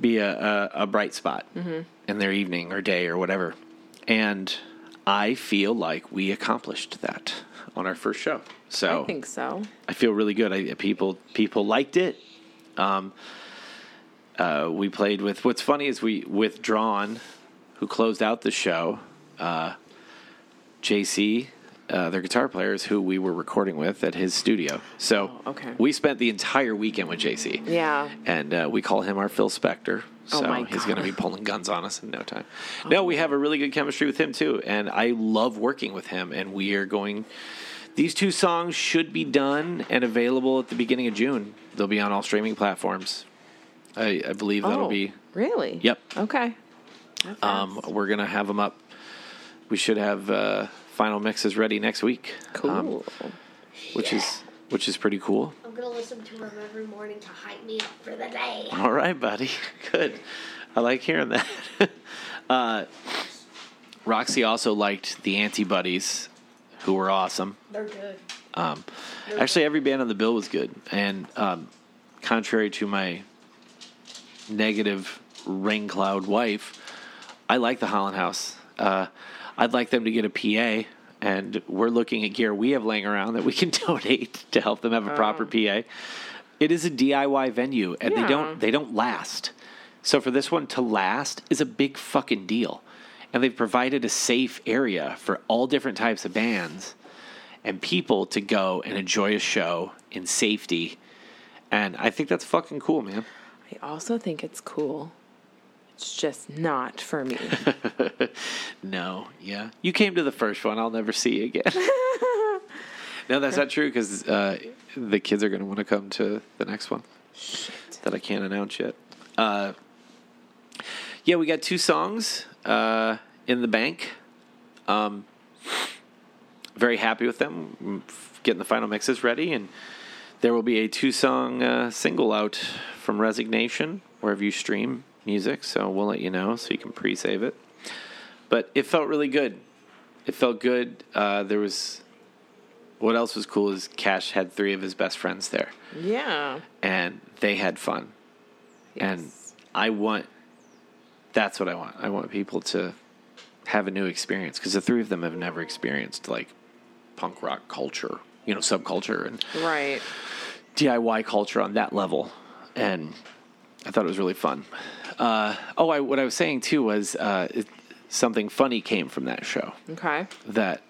Speaker 3: be a, a, a bright spot
Speaker 2: Mm-hmm.
Speaker 3: in their evening or day or whatever. And I feel like we accomplished that on our first show. So
Speaker 2: I think so.
Speaker 3: I feel really good. I, people people liked it. Um, uh, we played with. What's funny is we withdrawn, who closed out the show. Uh, JC, uh, their guitar player, is who we were recording with at his studio. So
Speaker 2: Oh, okay.
Speaker 3: we spent the entire weekend with JC.
Speaker 2: Yeah.
Speaker 3: And uh, we call him our Phil Spector.
Speaker 2: Oh
Speaker 3: So
Speaker 2: my
Speaker 3: he's
Speaker 2: God. Oh
Speaker 3: going to be pulling guns on us in no time. No, we have a really good chemistry with him too, and I love working with him. And we are going. These two songs should be done and available at the beginning of June. They'll be on all streaming platforms. I, I believe that'll
Speaker 2: Oh,
Speaker 3: be
Speaker 2: Really?
Speaker 3: Yep.
Speaker 2: Okay.
Speaker 3: Um, we're gonna have them up. We should have uh, final mixes ready next week. um,
Speaker 2: Cool.
Speaker 3: which is which is pretty cool.
Speaker 4: I'm gonna listen to him every morning to hype me up for the day.
Speaker 3: All right, buddy. Good. I like hearing that. uh, Roxy also liked the Anti Buddies, who were awesome.
Speaker 4: They're good.
Speaker 3: Um, actually, every band on the bill was good. And um, contrary to my negative rain cloud wife, I like the Holland House. Uh, I'd like them to get a PA, and we're looking at gear we have laying around that we can donate to help them have a proper PA. It is a DIY venue, and they
Speaker 2: Yeah.
Speaker 3: don't they don't last. So for this one to last is a big fucking deal, and they've provided a safe area for all different types of bands and people to go and enjoy a show in safety. And I think that's fucking cool, man.
Speaker 2: I also think it's cool. It's just not for me.
Speaker 3: No, yeah. You came to the first one. I'll never see you again. no, that's not true because uh, the kids are going to want to come to the next one that I can't announce yet. Uh, yeah, we got two songs uh, in the bank. Um, very happy with them. Getting the final mixes ready, and there will be a two-song uh, single out from Resignation wherever you stream music. So we'll let you know so you can pre-save it. But it felt really good. It felt good. Uh, there was what else was cool is Cash had three of his best friends there,
Speaker 2: yeah.
Speaker 3: and they had fun. And
Speaker 2: Yes.
Speaker 3: I want that's what I want. I want people to have a new experience because the three of them have never experienced like punk rock culture, you know, subculture and
Speaker 2: Right.
Speaker 3: DIY culture on that level, and I thought it was really fun. Uh, oh, I, what I was saying too was uh, it, something funny came from that show.
Speaker 2: Okay.
Speaker 3: That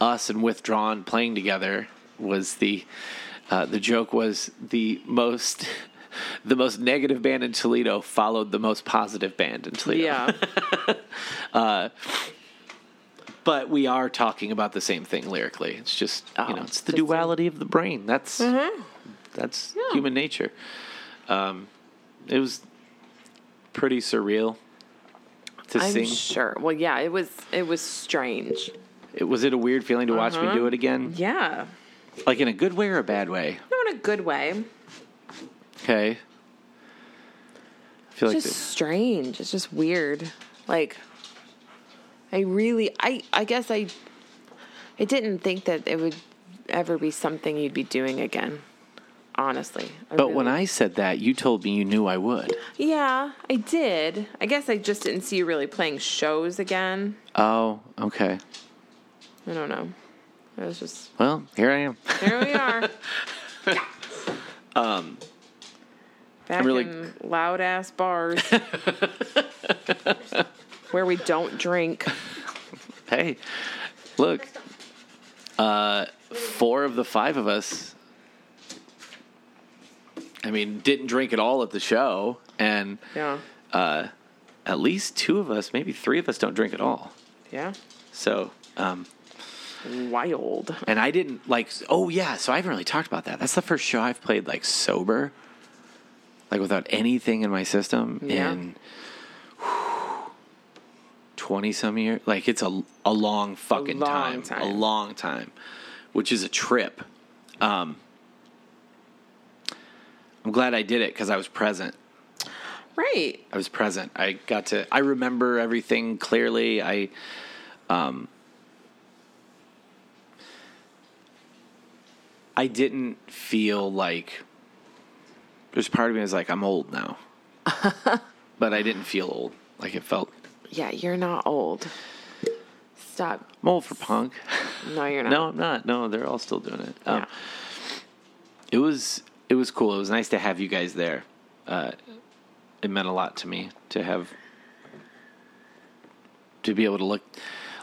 Speaker 3: us and withdrawn playing together was the uh, the joke was the most the most negative band in Toledo followed the most positive band in Toledo.
Speaker 2: Yeah.
Speaker 3: but we are talking about the same thing lyrically. It's just you
Speaker 2: Oh,
Speaker 3: know, it's the
Speaker 2: just- Mm-hmm.
Speaker 3: duality of the brain. That's that's human nature. Um, it was pretty surreal to
Speaker 2: I'm
Speaker 3: sing.
Speaker 2: sure. Well, yeah, it was it was strange.
Speaker 3: it, was it a weird feeling to watch
Speaker 2: Uh-huh.
Speaker 3: me do it again,
Speaker 2: Yeah.
Speaker 3: like in a good way or a bad way?
Speaker 2: Not in a good way.
Speaker 3: Okay. I feel like
Speaker 2: It's just strange. It's just weird. Like I really I I guess I I didn't think that it would ever be something you'd be doing again. Honestly. I
Speaker 3: but when
Speaker 2: really-
Speaker 3: I said that, you told me you knew I would.
Speaker 2: Yeah, I did. I guess I just didn't see you really playing shows again.
Speaker 3: Oh, okay.
Speaker 2: I don't know. It was just
Speaker 3: Well, here I am.
Speaker 2: There we are. um, back
Speaker 3: Um, really-
Speaker 2: in loud ass bars where we don't drink.
Speaker 3: hey, look, uh, four of the five of us, I mean, didn't drink at all at the show, and
Speaker 2: Yeah,
Speaker 3: at least two of us, maybe three of us, don't drink at all.
Speaker 2: yeah,
Speaker 3: So, um,
Speaker 2: wild.
Speaker 3: and I didn't like. Oh yeah, so I haven't really talked about that. That's the first show I've played like sober, like without anything in my system
Speaker 2: Yeah.
Speaker 3: in twenty some years. Like it's a a long fucking
Speaker 2: long
Speaker 3: time, a
Speaker 2: time.
Speaker 3: long time, which is a trip. Um, I'm glad I did it because I was present.
Speaker 2: Right.
Speaker 3: I was present. I got to. I remember everything clearly. I, um, I didn't feel like. There's part of me that's like I'm old now, but I didn't feel old. Like it felt.
Speaker 2: Yeah, you're not old. Stop.
Speaker 3: I'm old for punk.
Speaker 2: No, you're not.
Speaker 3: No, I'm not. No, they're all still doing it. Um,
Speaker 2: Yeah.
Speaker 3: It was. It was cool. It was nice to have you guys there. Uh, it meant a lot to me to have to be able to look.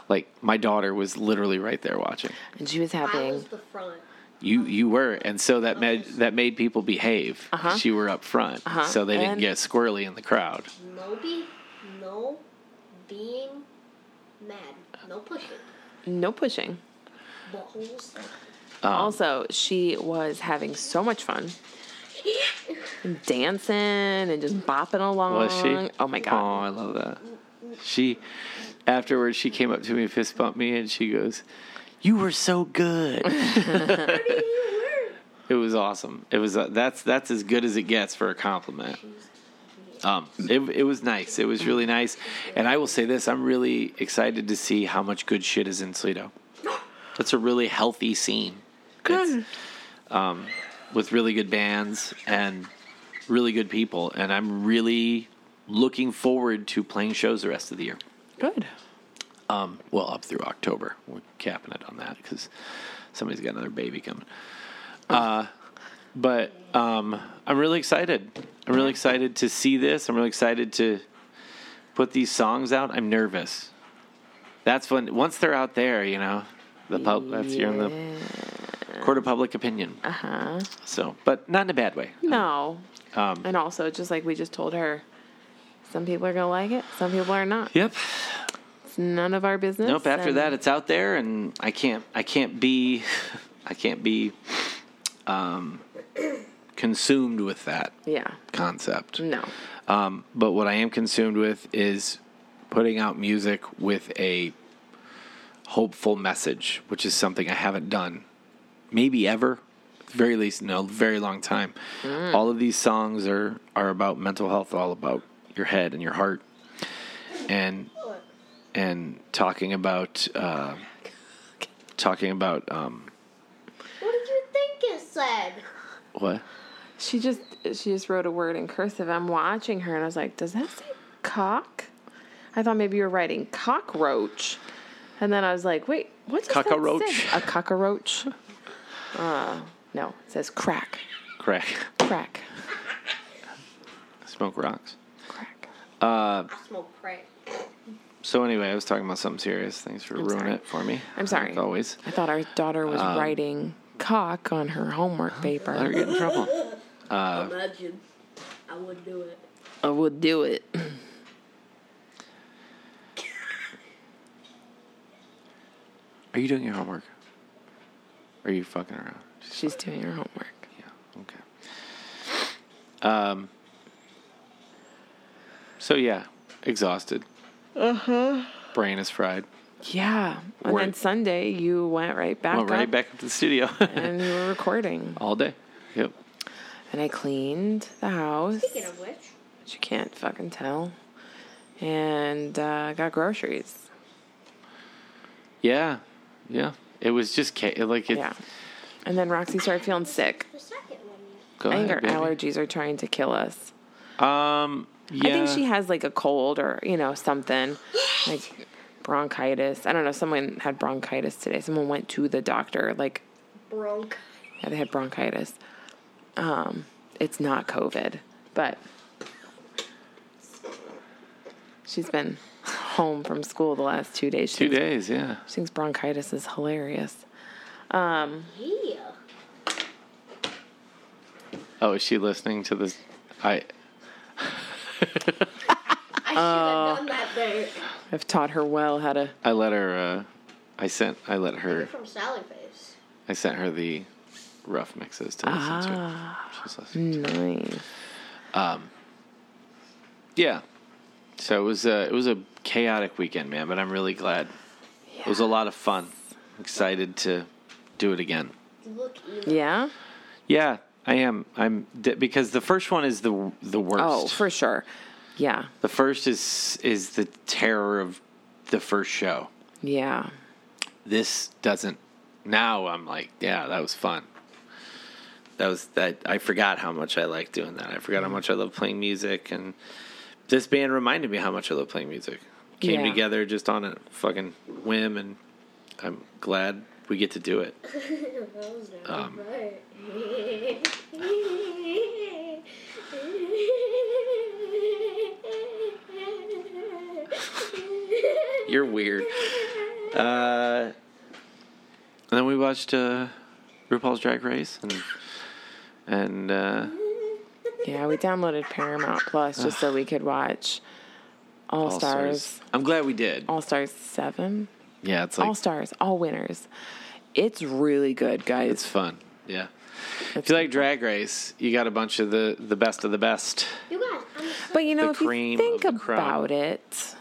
Speaker 3: Like my daughter was literally right there watching.
Speaker 2: And she was
Speaker 4: I was
Speaker 2: having.
Speaker 4: the front.
Speaker 3: You you were, and so that made that made people behave.
Speaker 2: Uh-huh.
Speaker 3: You were up front,
Speaker 2: Uh-huh.
Speaker 3: so they didn't
Speaker 2: And-
Speaker 3: get squirrely in the crowd.
Speaker 4: Moby, no being mad. No pushing.
Speaker 2: No pushing.
Speaker 4: The whole set.
Speaker 3: Oh.
Speaker 2: also, she was having so much fun. Dancing and just bopping along.
Speaker 3: Was she?
Speaker 2: Oh my
Speaker 3: Oh,
Speaker 2: god.
Speaker 3: I love that. She, afterwards, she came up to me, fist bumped me, and she goes, "You were so good." it was awesome. It was uh, that's that's as good as it gets for a compliment. Um, it it was nice. It was really nice, and I will say this: I'm really excited to see how much good shit is in Toledo. That's a really healthy scene. It's-
Speaker 2: Good.
Speaker 3: with really good bands and really good people, and I'm really looking forward to playing shows the rest of the year.
Speaker 2: Good.
Speaker 3: Um, well, up through October, we're capping it on that because somebody's got another baby coming. Uh, but um, I'm really excited. I'm really excited to see this. I'm really excited to put these songs out. I'm nervous. That's when once they're out there, you know, the pub. That's you're in the court of public opinion. Uh huh. So, but not in a bad way.
Speaker 2: No.
Speaker 3: Um,
Speaker 2: and also, just like we just told her, some people are going to like it, some people are not.
Speaker 3: Yep.
Speaker 2: It's none of our business.
Speaker 3: Nope. After
Speaker 2: and-
Speaker 3: that, it's out there, and I can't. I can't be. I can't be um, consumed with that
Speaker 2: Yeah.
Speaker 3: concept.
Speaker 2: No.
Speaker 3: Um, but what I am consumed with is putting out music with a hopeful message, which is something I haven't done maybe ever, at the very least in a very long time.
Speaker 2: Mm.
Speaker 3: All of these songs are are about mental health, all about your head and your heart, and and talking about uh, talking about um,
Speaker 4: What did you think it said?
Speaker 3: what
Speaker 2: She just she just wrote a word in cursive. I'm watching her and I was like, does that say cock? I thought maybe you were writing cockroach. And then I was like, wait, what does
Speaker 3: Cockroach.
Speaker 2: that say? A cockroach. Uh, no, it says crack,
Speaker 3: crack
Speaker 2: crack,
Speaker 3: smoke rocks.
Speaker 2: crack.
Speaker 4: I smoke crack.
Speaker 3: So anyway, I was talking about something serious. Thanks for ruining
Speaker 2: sorry.
Speaker 3: it for me.
Speaker 2: I'm sorry.
Speaker 3: Like always.
Speaker 2: I thought our daughter was writing cock on her homework
Speaker 3: I
Speaker 2: paper.
Speaker 3: get Um, in trouble. Uh,
Speaker 8: Imagine. I would do it.
Speaker 2: I would do it.
Speaker 3: Are you doing your homework? Or are you fucking around?
Speaker 2: She's doing her homework.
Speaker 3: Yeah. Okay. Um. So yeah, exhausted. Uh
Speaker 2: Uh-huh.
Speaker 3: huh. Brain is fried.
Speaker 2: Yeah. And
Speaker 3: Word.
Speaker 2: then Sunday you went right back
Speaker 3: Went right
Speaker 2: up
Speaker 3: back up to the studio
Speaker 2: and you were recording.
Speaker 3: all day. Yep.
Speaker 2: And I cleaned the house.
Speaker 4: Speaking of which,
Speaker 2: But you can't fucking tell. And uh, got groceries.
Speaker 3: Yeah. Yeah. It was just ca- like it.
Speaker 2: Yeah. And then Roxy started feeling sick.
Speaker 4: the second one.
Speaker 3: Go
Speaker 2: I think
Speaker 3: ahead,
Speaker 2: her
Speaker 3: baby.
Speaker 2: allergies are trying to kill us.
Speaker 3: Um. Yeah.
Speaker 2: I think she has like a cold or, you know, something like bronchitis. I don't know. Someone had bronchitis today. Someone went to the doctor. Like,
Speaker 4: Broke.
Speaker 2: yeah, they had bronchitis. Um, it's not COVID, but she's been home from school the last two days. She
Speaker 3: two
Speaker 2: thinks
Speaker 3: days. Yeah.
Speaker 2: She thinks bronchitis is hilarious.
Speaker 4: Yeah.
Speaker 3: Oh, is she listening to this? I.
Speaker 4: I should have done that there.
Speaker 2: I've taught her well how to.
Speaker 3: I let her. Uh, I sent. I let her.
Speaker 4: From Sally Face.
Speaker 3: I sent her the rough mixes to listen
Speaker 2: Ah.
Speaker 3: to. She's listening.
Speaker 2: Nice.
Speaker 3: Yeah. So it was a it was a chaotic weekend, man. But I'm really glad. It was a lot of fun. Excited to do it again.
Speaker 4: Look evil.
Speaker 2: Yeah.
Speaker 3: Yeah, I am. I'm d- because the first one is the the worst.
Speaker 2: Oh, for sure. Yeah.
Speaker 3: the first is is the terror of the first show.
Speaker 2: Yeah.
Speaker 3: This doesn't. Now I'm like, yeah, that was fun. That was that. I forgot how much I like doing that. I forgot how
Speaker 2: Mm-hmm.
Speaker 3: much I love playing music, and this band reminded me how much I love playing music. Came
Speaker 2: Yeah.
Speaker 3: together just on a fucking whim, and I'm glad we get to do it.
Speaker 4: That was not
Speaker 3: Um.
Speaker 4: right.
Speaker 3: You're weird. Uh, and then we watched uh, RuPaul's Drag Race, and and uh,
Speaker 2: Yeah. We downloaded Paramount Plus just so we could watch All,
Speaker 3: All
Speaker 2: Stars,
Speaker 3: I'm glad we did.
Speaker 2: All Stars 7,
Speaker 3: Yeah, it's like
Speaker 2: All Stars, All Winners. It's really good, guys.
Speaker 3: It's fun. Yeah. If you like Drag Race, you got a bunch of the, the best of the best.
Speaker 4: You guys, I'm
Speaker 2: but you know,
Speaker 3: the
Speaker 2: if you
Speaker 3: cream
Speaker 2: think
Speaker 3: of the crop.
Speaker 2: about it,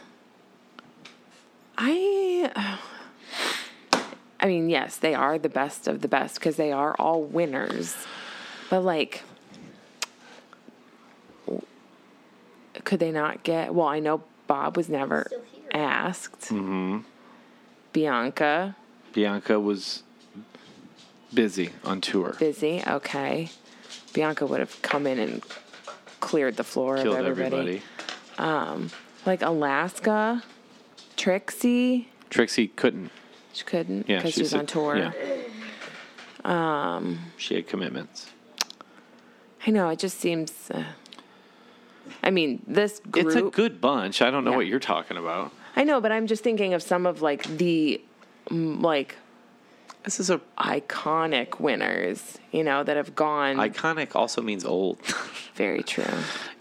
Speaker 2: I. I mean, yes, they are the best of the best because they are all winners. But like, could they not get? Well, I know Bob was never
Speaker 4: Still here.
Speaker 2: asked.
Speaker 3: Mm-hmm.
Speaker 2: Bianca,
Speaker 3: Bianca was busy on tour.
Speaker 2: busy. Okay, Bianca would have come in and cleared the floor
Speaker 3: Killed
Speaker 2: of
Speaker 3: everybody.
Speaker 2: everybody. Like Alaska, Trixie.
Speaker 3: Trixie couldn't.
Speaker 2: She couldn't
Speaker 3: Yeah,
Speaker 2: because she, was
Speaker 3: said-
Speaker 2: on tour. Um,
Speaker 3: yeah. she had commitments.
Speaker 2: I know. It just seems. Uh, I mean, this group.
Speaker 3: It's a good bunch. I don't know
Speaker 2: Yeah.
Speaker 3: what you're talking about.
Speaker 2: I know, but I'm just thinking of some of like the mm, like
Speaker 3: This is a
Speaker 2: iconic winners, you know, that have gone.
Speaker 3: iconic. Also means old.
Speaker 2: Very true.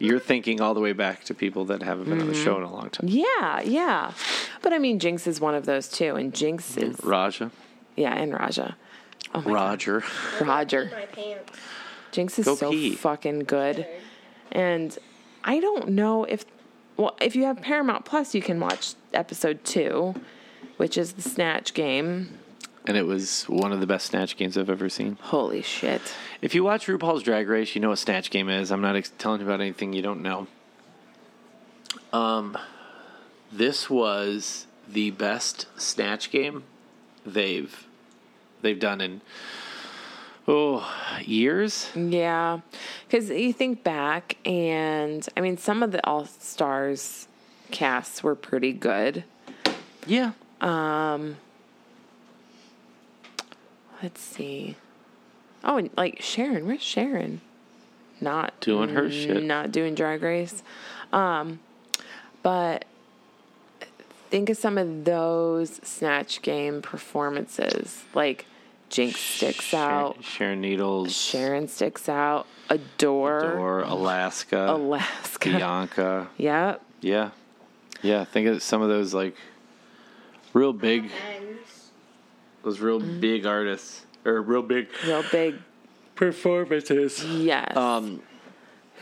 Speaker 3: you're thinking all the way back to people that haven't been on the show
Speaker 2: Mm-hmm.
Speaker 3: in a long time.
Speaker 2: Yeah, yeah. But I mean, Jinx is one of those too, and Jinx is
Speaker 3: Raja,
Speaker 2: yeah, and Raja, Oh
Speaker 3: Roger.
Speaker 2: Roger.
Speaker 4: My pants.
Speaker 2: Jinx is
Speaker 3: Go
Speaker 2: so
Speaker 3: pee.
Speaker 2: fucking good. And I don't know if well, if you have Paramount Plus, you can watch episode 2, which is the snatch game.
Speaker 3: And it was one of the best snatch games I've ever seen.
Speaker 2: Holy shit.
Speaker 3: If you watch RuPaul's Drag Race, you know what snatch game is. I'm not ex- telling you about anything you don't know. Um, this was the best snatch game they've they've done in oh years.
Speaker 2: Yeah. Cuz you think back and I mean some of the all-stars casts were pretty good.
Speaker 3: Yeah,
Speaker 2: Let's see. Oh, and like Sharon, where's Sharon? Not
Speaker 3: Doing her shit.
Speaker 2: Not doing Drag Race. Um, but think of some of those snatch game performances. Like Jinx sticks out,
Speaker 3: Sharon, Sharon Needles,
Speaker 2: Sharon sticks out, Adore,
Speaker 3: or Alaska,
Speaker 2: Alaska.
Speaker 3: Bianca.
Speaker 2: Yep.
Speaker 3: Yeah, yeah. Think of some of those like real big,
Speaker 4: Ends.
Speaker 3: those real big artists or real big
Speaker 2: Real big.
Speaker 3: performances.
Speaker 2: Yes.
Speaker 3: Um,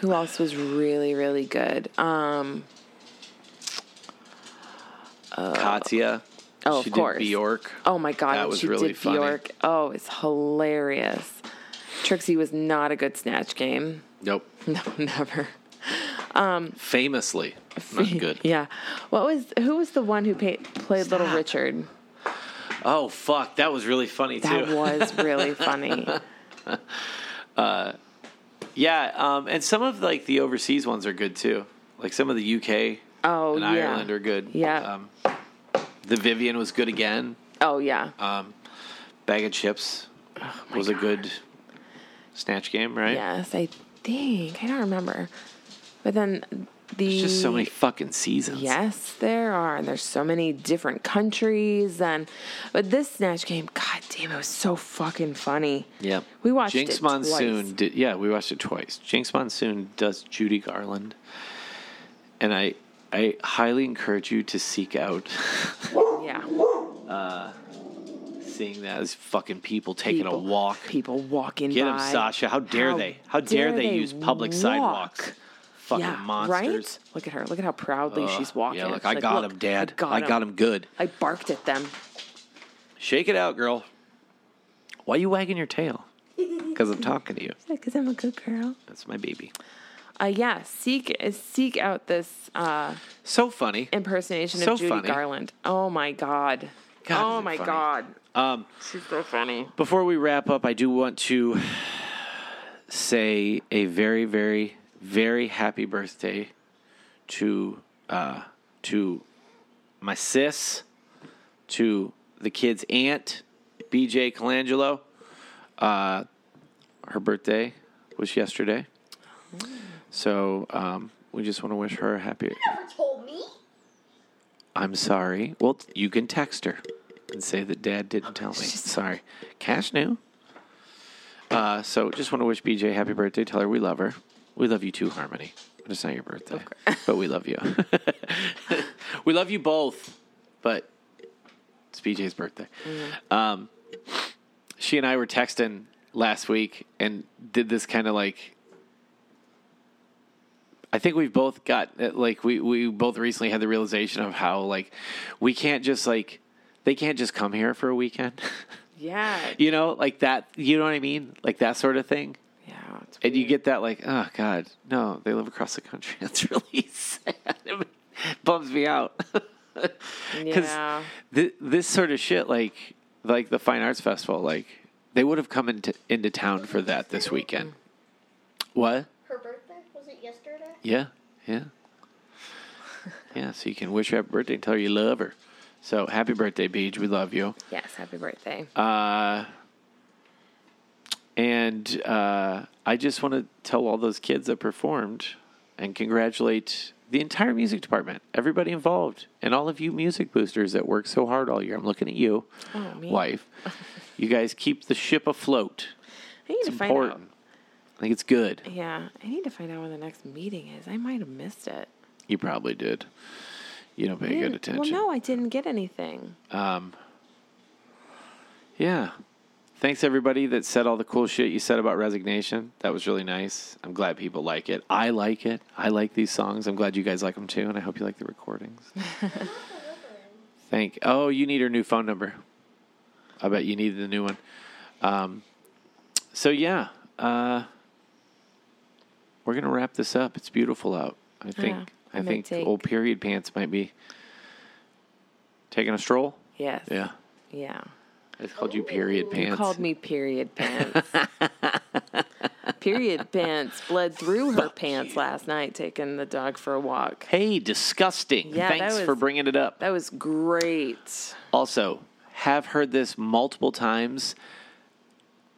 Speaker 2: Who else was really really good? Um.
Speaker 3: Katya.
Speaker 2: Oh,
Speaker 3: she
Speaker 2: of course.
Speaker 3: Did Bjork.
Speaker 2: Oh my god,
Speaker 3: That
Speaker 2: when
Speaker 3: was
Speaker 2: she
Speaker 3: really
Speaker 2: did
Speaker 3: funny.
Speaker 2: Bjork. Oh, it's hilarious. Trixie was not a good snatch game.
Speaker 3: Nope.
Speaker 2: No, never.
Speaker 3: Famously not good.
Speaker 2: yeah. What was who was the one who pa played Little
Speaker 3: Stop.
Speaker 2: Richard?
Speaker 3: Oh fuck, that was really funny too.
Speaker 2: That was really funny.
Speaker 3: yeah, um, and some of like the overseas ones are good too. Like some of the UK
Speaker 2: Oh
Speaker 3: and
Speaker 2: yeah.
Speaker 3: Ireland are good.
Speaker 2: Yeah.
Speaker 3: Um, the Vivian was good again.
Speaker 2: Oh yeah.
Speaker 3: Um, Bag of Chips
Speaker 2: Oh,
Speaker 3: was a good snatch game, right?
Speaker 2: yes, I think I don't remember. But then the
Speaker 3: There's just so many fucking seasons.
Speaker 2: Yes, there are, and there's so many different countries, and but this snatch game, god damn, it was so fucking funny.
Speaker 3: Yep.
Speaker 2: We watched
Speaker 3: Jinx
Speaker 2: it
Speaker 3: Monsoon
Speaker 2: twice.
Speaker 3: did yeah, we watched it twice. Jinx Monsoon does Judy Garland. And I I highly encourage you to seek out
Speaker 2: Yeah,
Speaker 3: seeing that as fucking people taking a
Speaker 2: People.
Speaker 3: walk.
Speaker 2: people walking
Speaker 3: Get
Speaker 2: by.
Speaker 3: them, Sasha. How dare
Speaker 2: How
Speaker 3: they? How dare,
Speaker 2: dare
Speaker 3: they,
Speaker 2: they
Speaker 3: use public
Speaker 2: walk?
Speaker 3: sidewalks? Fucking
Speaker 2: Yeah,
Speaker 3: monsters.
Speaker 2: right. Look at her. Look at how proudly she's walking.
Speaker 3: Yeah, look,
Speaker 2: She's
Speaker 3: I
Speaker 2: like,
Speaker 3: got
Speaker 2: "Look,
Speaker 3: him, Dad.
Speaker 2: I got,
Speaker 3: I
Speaker 2: 'em."
Speaker 3: got him good.
Speaker 2: I barked at them.
Speaker 3: Shake it out, girl. Why you wagging your tail? Because I'm talking to you.
Speaker 2: Because I'm a good girl.
Speaker 3: That's my baby.
Speaker 2: Uh, yeah, seek seek out this uh,
Speaker 3: So funny.
Speaker 2: impersonation
Speaker 3: So
Speaker 2: of Judy
Speaker 3: funny.
Speaker 2: Garland. Oh my god.
Speaker 3: God,
Speaker 2: oh
Speaker 3: is it
Speaker 2: my
Speaker 3: funny.
Speaker 2: god.
Speaker 3: Um,
Speaker 2: She's so funny.
Speaker 3: Before we wrap up, I do want to say a very, very, very happy birthday to uh, to my sis, to the kid's aunt, BJ Colangelo. Uh, her birthday was yesterday, so um, we just want to wish her a happy.
Speaker 4: Never told me.
Speaker 3: I'm sorry. Well, t- you can text her and say that Dad didn't tell me. Sorry. Cash knew. Uh, so just want to wish BJ happy birthday. Tell her we love her. We love you too, Harmony. But it's not your birthday. but we love you. we love you both. But it's BJ's birthday. Um, she and I were texting last week and did this kind of like I think we've both got uh, like we we both recently had the realization of how like we can't just like they can't just come here for a weekend.
Speaker 2: Yeah.
Speaker 3: you know, like that. You know what I mean? Like that sort of thing.
Speaker 2: Yeah. it's
Speaker 3: And you
Speaker 2: weird.
Speaker 3: get that like, oh god, no, they live across the country. That's really sad. It bums me out. Because
Speaker 2: Yeah.
Speaker 3: this sort of shit, like like the Fine Arts Festival, like they would have come into into town for that this weekend. What?
Speaker 4: Her birthday? Was it yesterday?
Speaker 3: Yeah, yeah, yeah. So you can wish her happy birthday and tell her you love her. So happy birthday, Beej. We love you.
Speaker 2: Yes. Happy birthday.
Speaker 3: Uh, and uh, I just want to tell all those kids that performed and congratulate the entire music department, everybody involved, and all of you music boosters that work so hard all year. I'm looking at you,
Speaker 2: Oh, me.
Speaker 3: wife. you guys keep the ship afloat.
Speaker 2: I need
Speaker 3: It's
Speaker 2: to find
Speaker 3: important. I think it's good.
Speaker 2: out. Yeah. I need to find out when the next meeting is. I might have missed it.
Speaker 3: You probably did. You don't pay good
Speaker 2: Didn't-
Speaker 3: attention.
Speaker 2: Well, no, I didn't get anything.
Speaker 3: Yeah. Thanks everybody that said all the cool shit you said about resignation. That was really nice. I'm glad people like it. I like it. I like these songs. I'm glad you guys like them too, and I hope you like the recordings. Thank. Oh, you need her new phone number. I bet you need the new one. Um, so yeah, uh, we're gonna wrap this up. It's beautiful out. I think. I,
Speaker 2: I might
Speaker 3: think
Speaker 2: take-
Speaker 3: old period pants might be taking a stroll.
Speaker 2: Yes.
Speaker 3: Yeah.
Speaker 2: Yeah.
Speaker 3: It's called you period pants.
Speaker 2: You called me period pants. period pants bled through her pants last night taking the dog for a walk.
Speaker 3: Hey, disgusting.
Speaker 2: Yeah, that
Speaker 3: Thanks
Speaker 2: was-
Speaker 3: for bringing it up.
Speaker 2: That was great.
Speaker 3: Also, have heard this multiple times.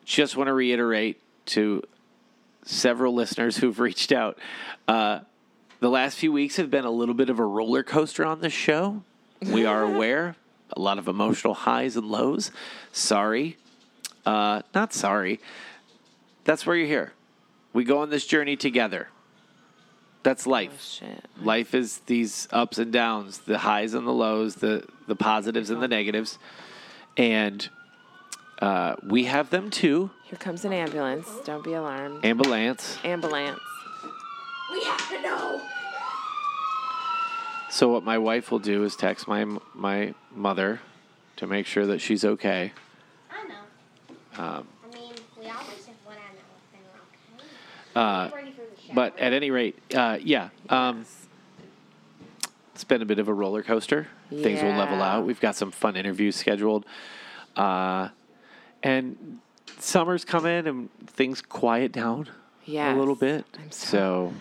Speaker 3: Just want to reiterate to several listeners who've reached out. Uh, the last few weeks have been a little bit of a roller coaster on this show. We are aware, a lot of emotional highs and lows. Sorry. Uh, not sorry. That's where you're here. We go on this journey together. That's
Speaker 2: Oh,
Speaker 3: life
Speaker 2: Shit.
Speaker 3: life is these ups and downs, the highs and the lows, the the positives and the negatives, and uh, we have them too.
Speaker 2: Here comes an ambulance. Don't be alarmed.
Speaker 3: Ambulance.
Speaker 2: Ambulance.
Speaker 8: We have to know.
Speaker 3: So what my wife will do is text my my mother to make sure that she's okay.
Speaker 4: I know. I mean, we always have one eye now.
Speaker 3: Uh,
Speaker 4: Okay. Ready for the shower.
Speaker 3: but at any rate, uh, yeah, um, it's been a bit of a roller coaster. Things will level
Speaker 2: Yeah.
Speaker 3: out. We've got some fun interviews scheduled, uh, and summer's come in and things quiet down.
Speaker 2: Yeah.
Speaker 3: a little bit.
Speaker 2: I'm so,
Speaker 3: So,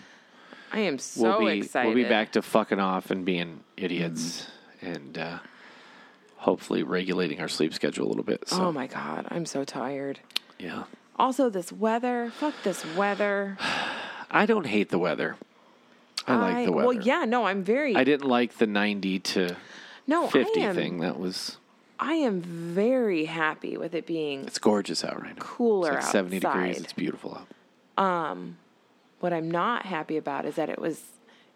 Speaker 2: I am so
Speaker 3: we'll be
Speaker 2: excited. Mm-hmm.
Speaker 3: we'll be back to fucking off and being idiots and uh, hopefully regulating our sleep schedule a little bit. So
Speaker 2: Oh my god, I'm so tired.
Speaker 3: yeah,
Speaker 2: Also this weather. Fuck this weather.
Speaker 3: I don't hate the weather. I, like the weather.
Speaker 2: Well, yeah, no, I'm very
Speaker 3: I didn't like the ninety to
Speaker 2: no,
Speaker 3: fifty
Speaker 2: Oh, I am,
Speaker 3: thing. That was
Speaker 2: I am very happy with it being
Speaker 3: it's gorgeous out right now.
Speaker 2: cooler
Speaker 3: it's like seventy degrees.
Speaker 2: outside.
Speaker 3: It's beautiful out.
Speaker 2: What I'm not happy about is that it was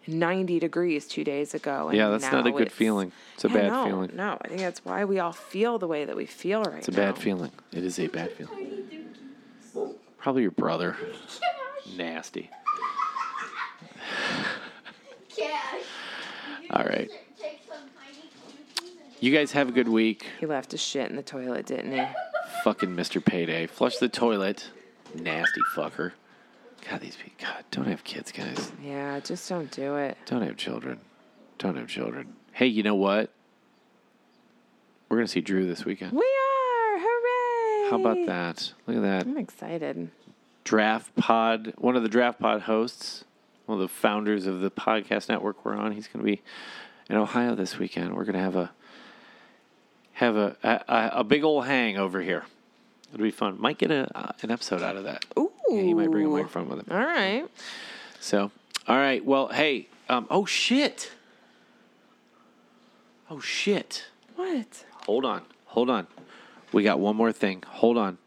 Speaker 2: 90 degrees two days ago. And
Speaker 3: Yeah, that's not
Speaker 2: now
Speaker 3: a good
Speaker 2: it's-
Speaker 3: feeling. It's a
Speaker 2: Yeah,
Speaker 3: bad
Speaker 2: no,
Speaker 3: feeling.
Speaker 2: No, I think that's why we all feel the way that we feel right now.
Speaker 3: It's a bad feeling. It is a bad feeling. Probably your brother. Nasty.
Speaker 4: Yeah.
Speaker 3: All right.
Speaker 4: Take some tiny cookies and
Speaker 3: You guys have a good week.
Speaker 2: He left his shit in the toilet, didn't he?
Speaker 3: Fucking Mr. Payday. Flush the toilet. Nasty fucker. God, these people. God, don't have kids, guys.
Speaker 2: Yeah, just don't do it.
Speaker 3: Don't have children. Don't have children. Hey, you know what? We're going to see Drew this weekend.
Speaker 2: We are! Hooray!
Speaker 3: How about that? Look at that.
Speaker 2: I'm excited.
Speaker 3: Draft Pod, one of the Draft Pod hosts, one of the founders of the podcast network we're on. He's going to be in Ohio this weekend. We're going to have a have a, a a big old hang over here. It'll be fun. Might get a uh, an episode out of that.
Speaker 2: Ooh.
Speaker 3: Yeah, he might bring a microphone with him.
Speaker 2: All right.
Speaker 3: So, all right. Well, hey. Um, oh shit. Oh shit.
Speaker 2: What?
Speaker 3: Hold on. Hold on. We got one more thing. Hold on.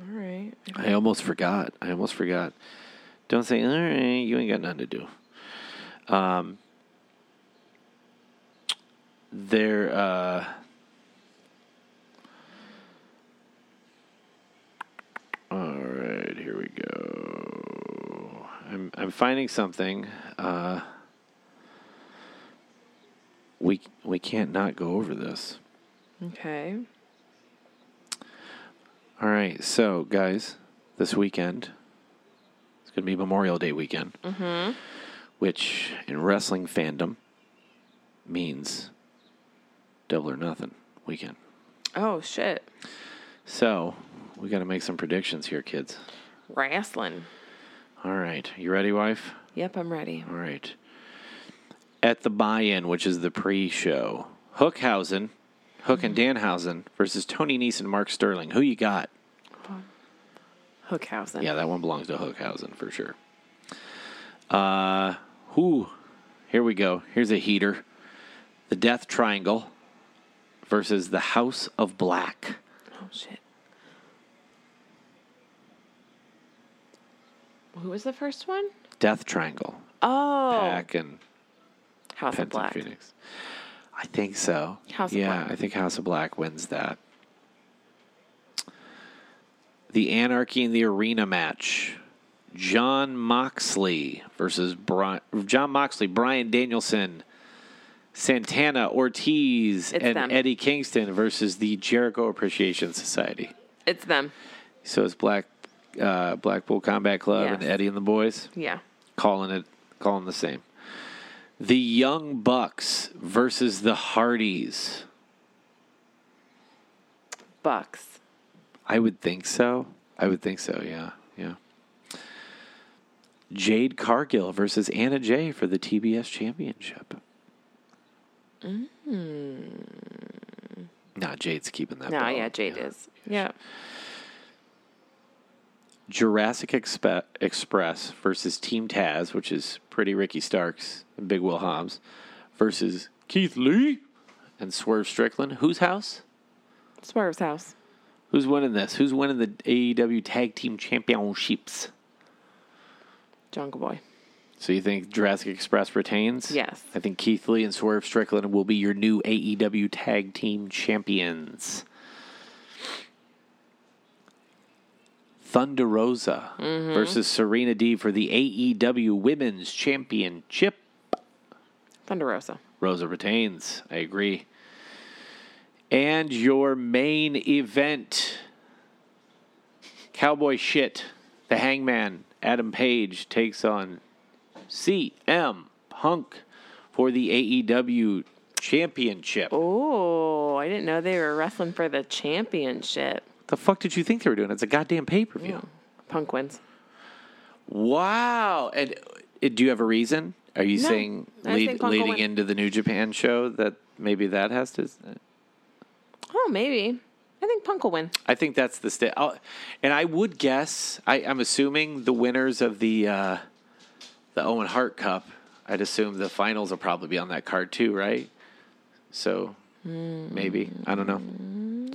Speaker 2: All right.
Speaker 3: I almost forgot. I almost forgot. Don't say, all right, you ain't got nothing to do. Um, there, uh, all right, here we go. I'm I'm finding something. Uh, we we can't not go over this.
Speaker 2: Okay.
Speaker 3: All right, so guys, this weekend it's going to be Memorial Day weekend, mm-hmm. which in wrestling fandom means double or nothing weekend.
Speaker 2: Oh shit.
Speaker 3: So we got to make some predictions here, kids.
Speaker 2: Wrestling.
Speaker 3: All right, you ready, wife?
Speaker 2: Yep, I'm ready.
Speaker 3: All right. At the buy-in, which is the pre-show, Hookhausen, Hook and Danhausen versus Tony Nese and Mark Sterling. Who you got?
Speaker 2: Hookhausen.
Speaker 3: Yeah, that one belongs to Hookhausen for sure. Uh, who? Here we go. Here's a heater. The Death Triangle versus the House of Black.
Speaker 2: Oh shit. Who was the first one?
Speaker 3: Death Triangle.
Speaker 2: Oh,
Speaker 3: Pack and
Speaker 2: House of
Speaker 3: Pence and
Speaker 2: Black.
Speaker 3: Phoenix. I think so.
Speaker 2: House of
Speaker 3: yeah,
Speaker 2: Black.
Speaker 3: I think House of Black wins that. The Anarchy in the Arena match. John Moxley versus Bri- John Moxley, Brian Danielson, Santana, Ortiz,
Speaker 2: It's
Speaker 3: and
Speaker 2: them.
Speaker 3: Eddie Kingston versus the Jericho Appreciation Society.
Speaker 2: It's them.
Speaker 3: So it's Black uh, Blackpool Combat Club and
Speaker 2: Yes.
Speaker 3: Eddie and the boys
Speaker 2: Yeah.
Speaker 3: calling it calling the same. The Young Bucks versus the Hardys.
Speaker 2: Bucks.
Speaker 3: I would think so. I would think so. Yeah, yeah. Jade Cargill versus Anna Jay for the TBS Championship. Nah, Jade's keeping that.
Speaker 2: No,
Speaker 3: belt.
Speaker 2: Mm. yeah, Jade is. Yeah.
Speaker 3: Jurassic Expe- Express versus Team Taz, which is Pretty Ricky Starks and Big Will Hobbs, versus Keith Lee and Swerve Strickland. Whose house?
Speaker 2: Swerve's house.
Speaker 3: Who's winning this? Who's winning the AEW Tag Team Championships?
Speaker 2: Jungle Boy.
Speaker 3: So you think Jurassic Express retains?
Speaker 2: Yes.
Speaker 3: I think Keith Lee and Swerve Strickland will be your new AEW Tag Team Champions. Thunder Rosa versus Serena D for the AEW Women's Championship.
Speaker 2: Thunder Rosa.
Speaker 3: Rosa retains. I agree. And your main event Cowboy Shit, the hangman, Adam Page takes on CM Punk for the AEW Championship.
Speaker 2: Oh, I didn't know they were wrestling for the championship.
Speaker 3: The fuck did you think they were doing? It's a goddamn pay per view.
Speaker 2: Punk wins.
Speaker 3: Wow. And uh, do you have a reason? Are you
Speaker 2: No,
Speaker 3: saying
Speaker 2: I just think
Speaker 3: lead,
Speaker 2: Punk will
Speaker 3: leading
Speaker 2: win.
Speaker 3: into the New Japan show that maybe that has to? uh,
Speaker 2: Oh, maybe. I think Punk will win.
Speaker 3: I think that's the state. And I would guess. I, I'm assuming the winners of the uh, the Owen Hart Cup. I'd assume the finals will probably be on that card too, right? So maybe I don't know.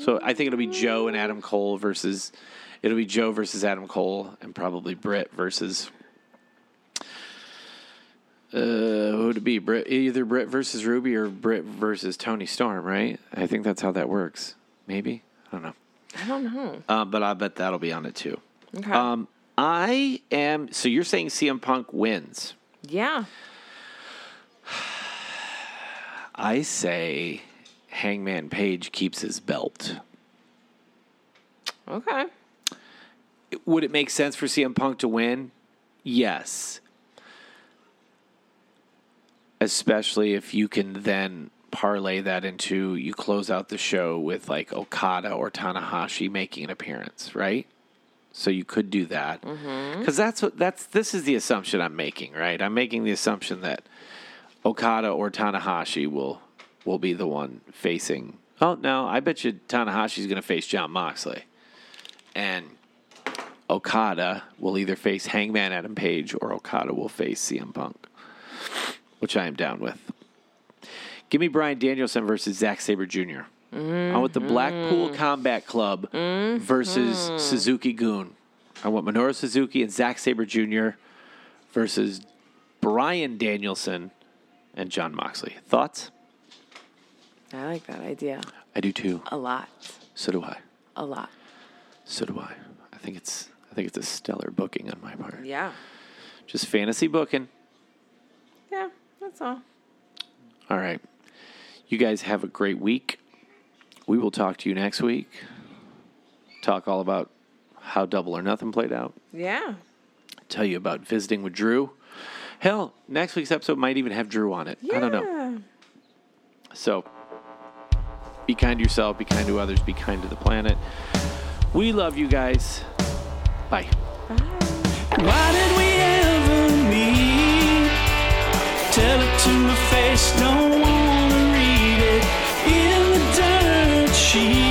Speaker 3: So I think it'll be Joe and Adam Cole versus. It'll be Joe versus Adam Cole and probably Britt versus. Uh, who would it be? Britt, either Britt versus Ruby or Britt versus Tony Storm, right? I think that's how that works. Maybe I don't know.
Speaker 2: I don't know.
Speaker 3: Uh, but I bet that'll be on it too.
Speaker 2: Okay.
Speaker 3: Um, I am. So you're saying CM Punk wins?
Speaker 2: yeah.
Speaker 3: I say Hangman Page keeps his belt.
Speaker 2: Okay.
Speaker 3: Would it make sense for CM Punk to win? Yes. Especially if you can then parlay that into you close out the show with like Okada or Tanahashi making an appearance, right? So you could do that. Because that's what that's this is the assumption I'm making, right? I'm making the assumption that Okada or Tanahashi will will be the one facing. Oh no, I bet you Tanahashi's going to face John Moxley, and Okada will either face Hangman Adam Page or Okada will face CM Punk, which I am down with. Give me Brian Danielson versus Zack Saber junior I want the Blackpool Combat Club versus Suzuki Goon. I want Minoru Suzuki and Zack Saber Jr. versus Brian Danielson and John Moxley. Thoughts?
Speaker 2: I like that idea
Speaker 3: I do too.
Speaker 2: a lot.
Speaker 3: So do I.
Speaker 2: A lot.
Speaker 3: So do I. I think it's I think it's a stellar booking on my part.
Speaker 2: Yeah.
Speaker 3: Just fantasy booking.
Speaker 2: Yeah, that's all.
Speaker 3: All right. You guys have a great week. We will talk to you next week. Talk all about how Double or Nothing played out.
Speaker 2: Yeah.
Speaker 3: Tell you about visiting with Drew. Hell, next week's episode might even have Drew on it. I don't know.
Speaker 2: Yeah.
Speaker 3: So be kind to yourself, be kind to others, be kind to the planet. We love you guys. Bye.
Speaker 2: Bye.
Speaker 1: Why did we ever meet? Tell it to my face, don't wanna read it. In the dirt sheet.